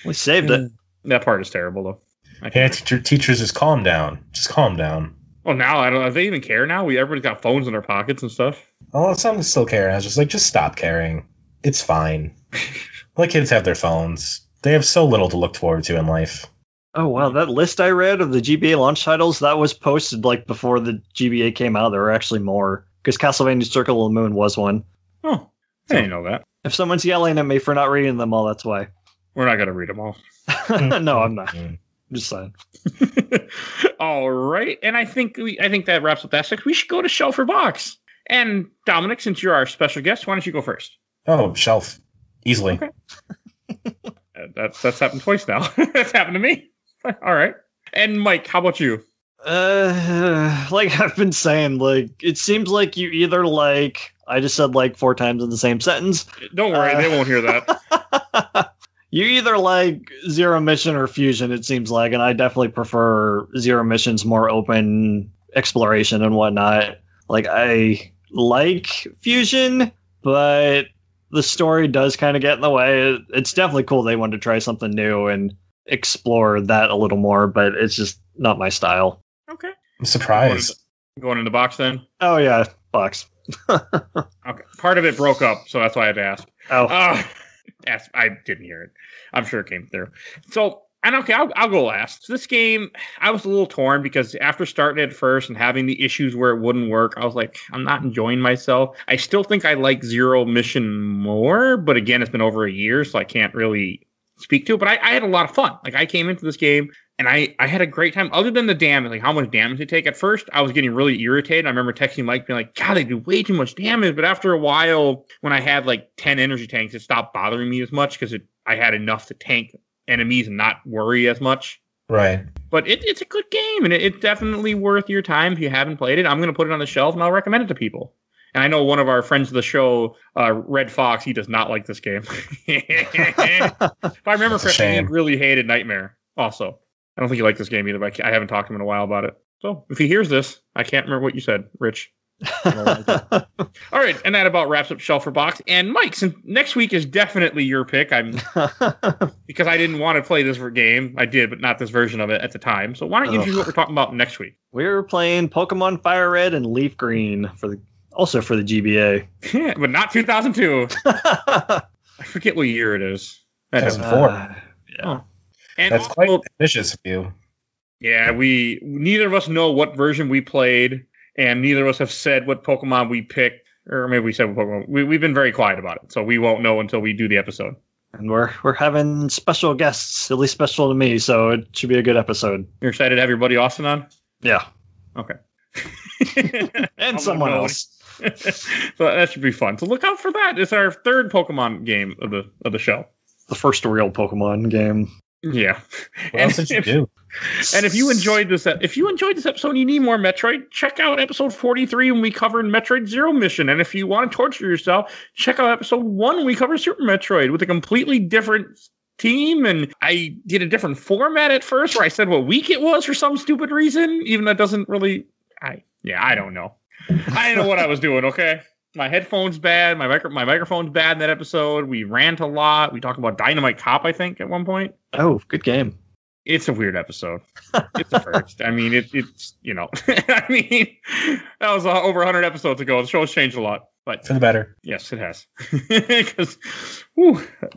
We saved it. That part is terrible though. I Hey, can't- teacher, teachers, just calm down. Just calm down. Well, Oh, now I don't. know. They even care now. We everybody's got phones in their pockets and stuff. Oh, some still care. I was just like, just stop caring. It's fine. Let kids have their phones. They have so little to look forward to in life. Oh wow, that list I read of the GBA launch titles that was posted like before the GBA came out. There were actually more because Castlevania Circle of the Moon was one. Oh, I didn't know that. If someone's yelling at me for not reading them all, that's why. We're not gonna read them all. no, I'm not. Mm. Just saying. All right, and I think we I think that wraps up that section. We should go to shelf or box. And Dominic, since you're our special guest, why don't you go first? Oh, shelf. Easily. Okay. Uh, That's that's happened twice now. that's happened to me. All right. And Mike, how about you? Uh, like I've been saying, like it seems like you either like I just said like four times in the same sentence, Don't worry, Uh, they won't hear that. you either like zero mission or fusion it seems like and i definitely prefer zero missions more open exploration and whatnot like i like fusion but the story does kind of get in the way It- it's definitely cool they wanted to try something new and explore that a little more but it's just not my style Okay. I'm surprised. Going in the box then. oh yeah box Okay. Part of it broke up, so that's why I had to ask. oh Uh, that's- I didn't hear it. I'm sure it came through. So And okay, I'll, I'll go last. This game, I was a little torn because after starting it first and having the issues where it wouldn't work, I was like, I'm not enjoying myself. I still think I like Zero Mission more, but again, it's been over a year, so I can't really speak to it. But I, I had a lot of fun. Like, I came into this game and I, I had a great time. Other than the damage, like how much damage they take. At first, I was getting really irritated. I remember texting Mike being like, God, they do way too much damage. But after a while, when I had like 10 energy tanks, it stopped bothering me as much because I had enough to tank enemies and not worry as much. Right. But it, it's a good game and it, it's definitely worth your time if you haven't played it. I'm going to put it on the shelf and I'll recommend it to people. And I know one of our friends of the show, uh, Red Fox, he does not like this game. if I remember That's a correctly, he shame. really hated Nightmare also. I don't think he liked this game either, but I ca- I haven't talked to him in a while about it. So if he hears this, I can't remember what you said, Rich. All right, and that about wraps up Shelf for Box. And Mike, since next week is definitely your pick, I'm because I didn't want to play this game. I did, but not this version of it at the time. So why don't you Oh. Ugh. do what we're talking about next week? we were playing Pokemon Fire Red and Leaf Green for the also for the GBA. but not 2002. That's I forget what year it is. That That's doesn't- Uh, Four. and That's also- quite ambitious of you. yeah, we neither of us know what version we played, and neither of us have said what Pokemon we picked, or maybe we said what Pokemon. We, we've been very quiet about it, so we won't know until we do the episode. and we're we're having special guests, at least special to me, so it should be a good episode. You're excited to have your buddy Austin on, Yeah, Oh, and someone no. else. so that should be fun. So look out for that. It's our third Pokemon game of the of the show. The first real Pokemon game. Yeah. What else did you do? And if you enjoyed this, ep- if you enjoyed this episode, and you need more Metroid. Check out episode forty-three when we cover Metroid Zero Mission. And if you want to torture yourself, check out episode one when we cover Super Metroid with a completely different team. And I did a different format at first, where I said what week it was for some stupid reason, even though it doesn't really. I yeah, I don't know. I didn't know what I was doing. Okay. My headphone's bad. My micro, my microphone's bad in that episode. We rant a lot. We talked about Dynamite Cop, I think, at one point Oh, good game. it's a weird episode. It's the first. I mean, it, it's you know, I mean, that was uh, over 100 episodes ago. The show's changed a lot, but For the better. yes, it has. Because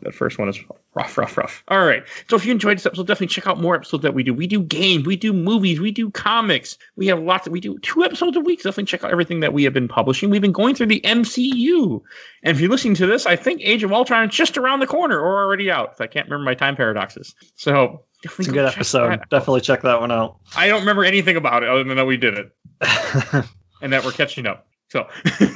that first one is rough, rough, rough. All right. So if you enjoyed this episode, definitely check out more episodes that we do. We do games, we do movies, we do comics. We have lots. we do two episodes a week. So definitely check out everything that we have been publishing. We've been going through the MCU, and if you're listening to this, I think Age of Ultron is just around the corner or already out. I can't remember my time paradoxes. So. It's a definitely good go check that episode. Definitely check that one out. I don't remember anything about it other than that we did it and that we're catching up. So, so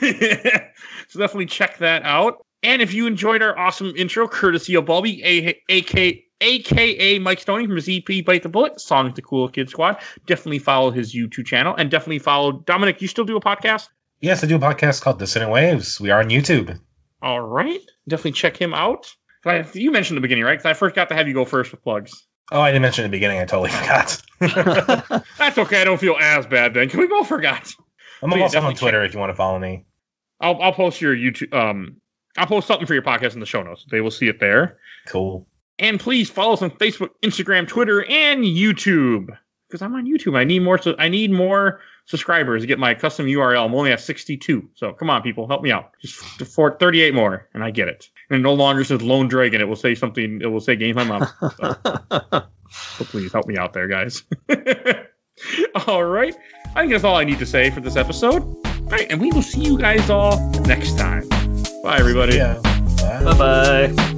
definitely check that out. And if you enjoyed our awesome intro, courtesy of Bobby, A- AK, aka Mike Stoney from his EP Bite the Bullet, Song the Cool Kid Squad, definitely follow his YouTube channel and definitely follow Dominic. You still do a podcast? Yes, I do a podcast called Dissonant Waves. We are on YouTube. All right. Definitely check him out. 'Cause I- You mentioned the beginning, right? Because I first got to have you go first with plugs. Oh, I didn't mention in the beginning. I totally forgot. That's okay. I don't feel as bad then. Can we both forgot? I'm Oh, yeah, also definitely on Twitter if you want to follow me. I'll I'll post your YouTube um I'll post something for your podcast in the show notes. They will see it there. Cool. And please follow us on Facebook, Instagram, Twitter, and YouTube. Because I'm on YouTube. I need more so I need more subscribers to get my custom URL. I'm only at 62. So come on, people, help me out. Just f- for 38 more, and I get it. And it no longer says Lone Dragon. It will say something, it will say Games My Mom. So please help me out there, guys. all right. I think that's all I need to say for this episode. All right, and we will see you guys all next time. Bye everybody. Yeah. Bye. bye bye.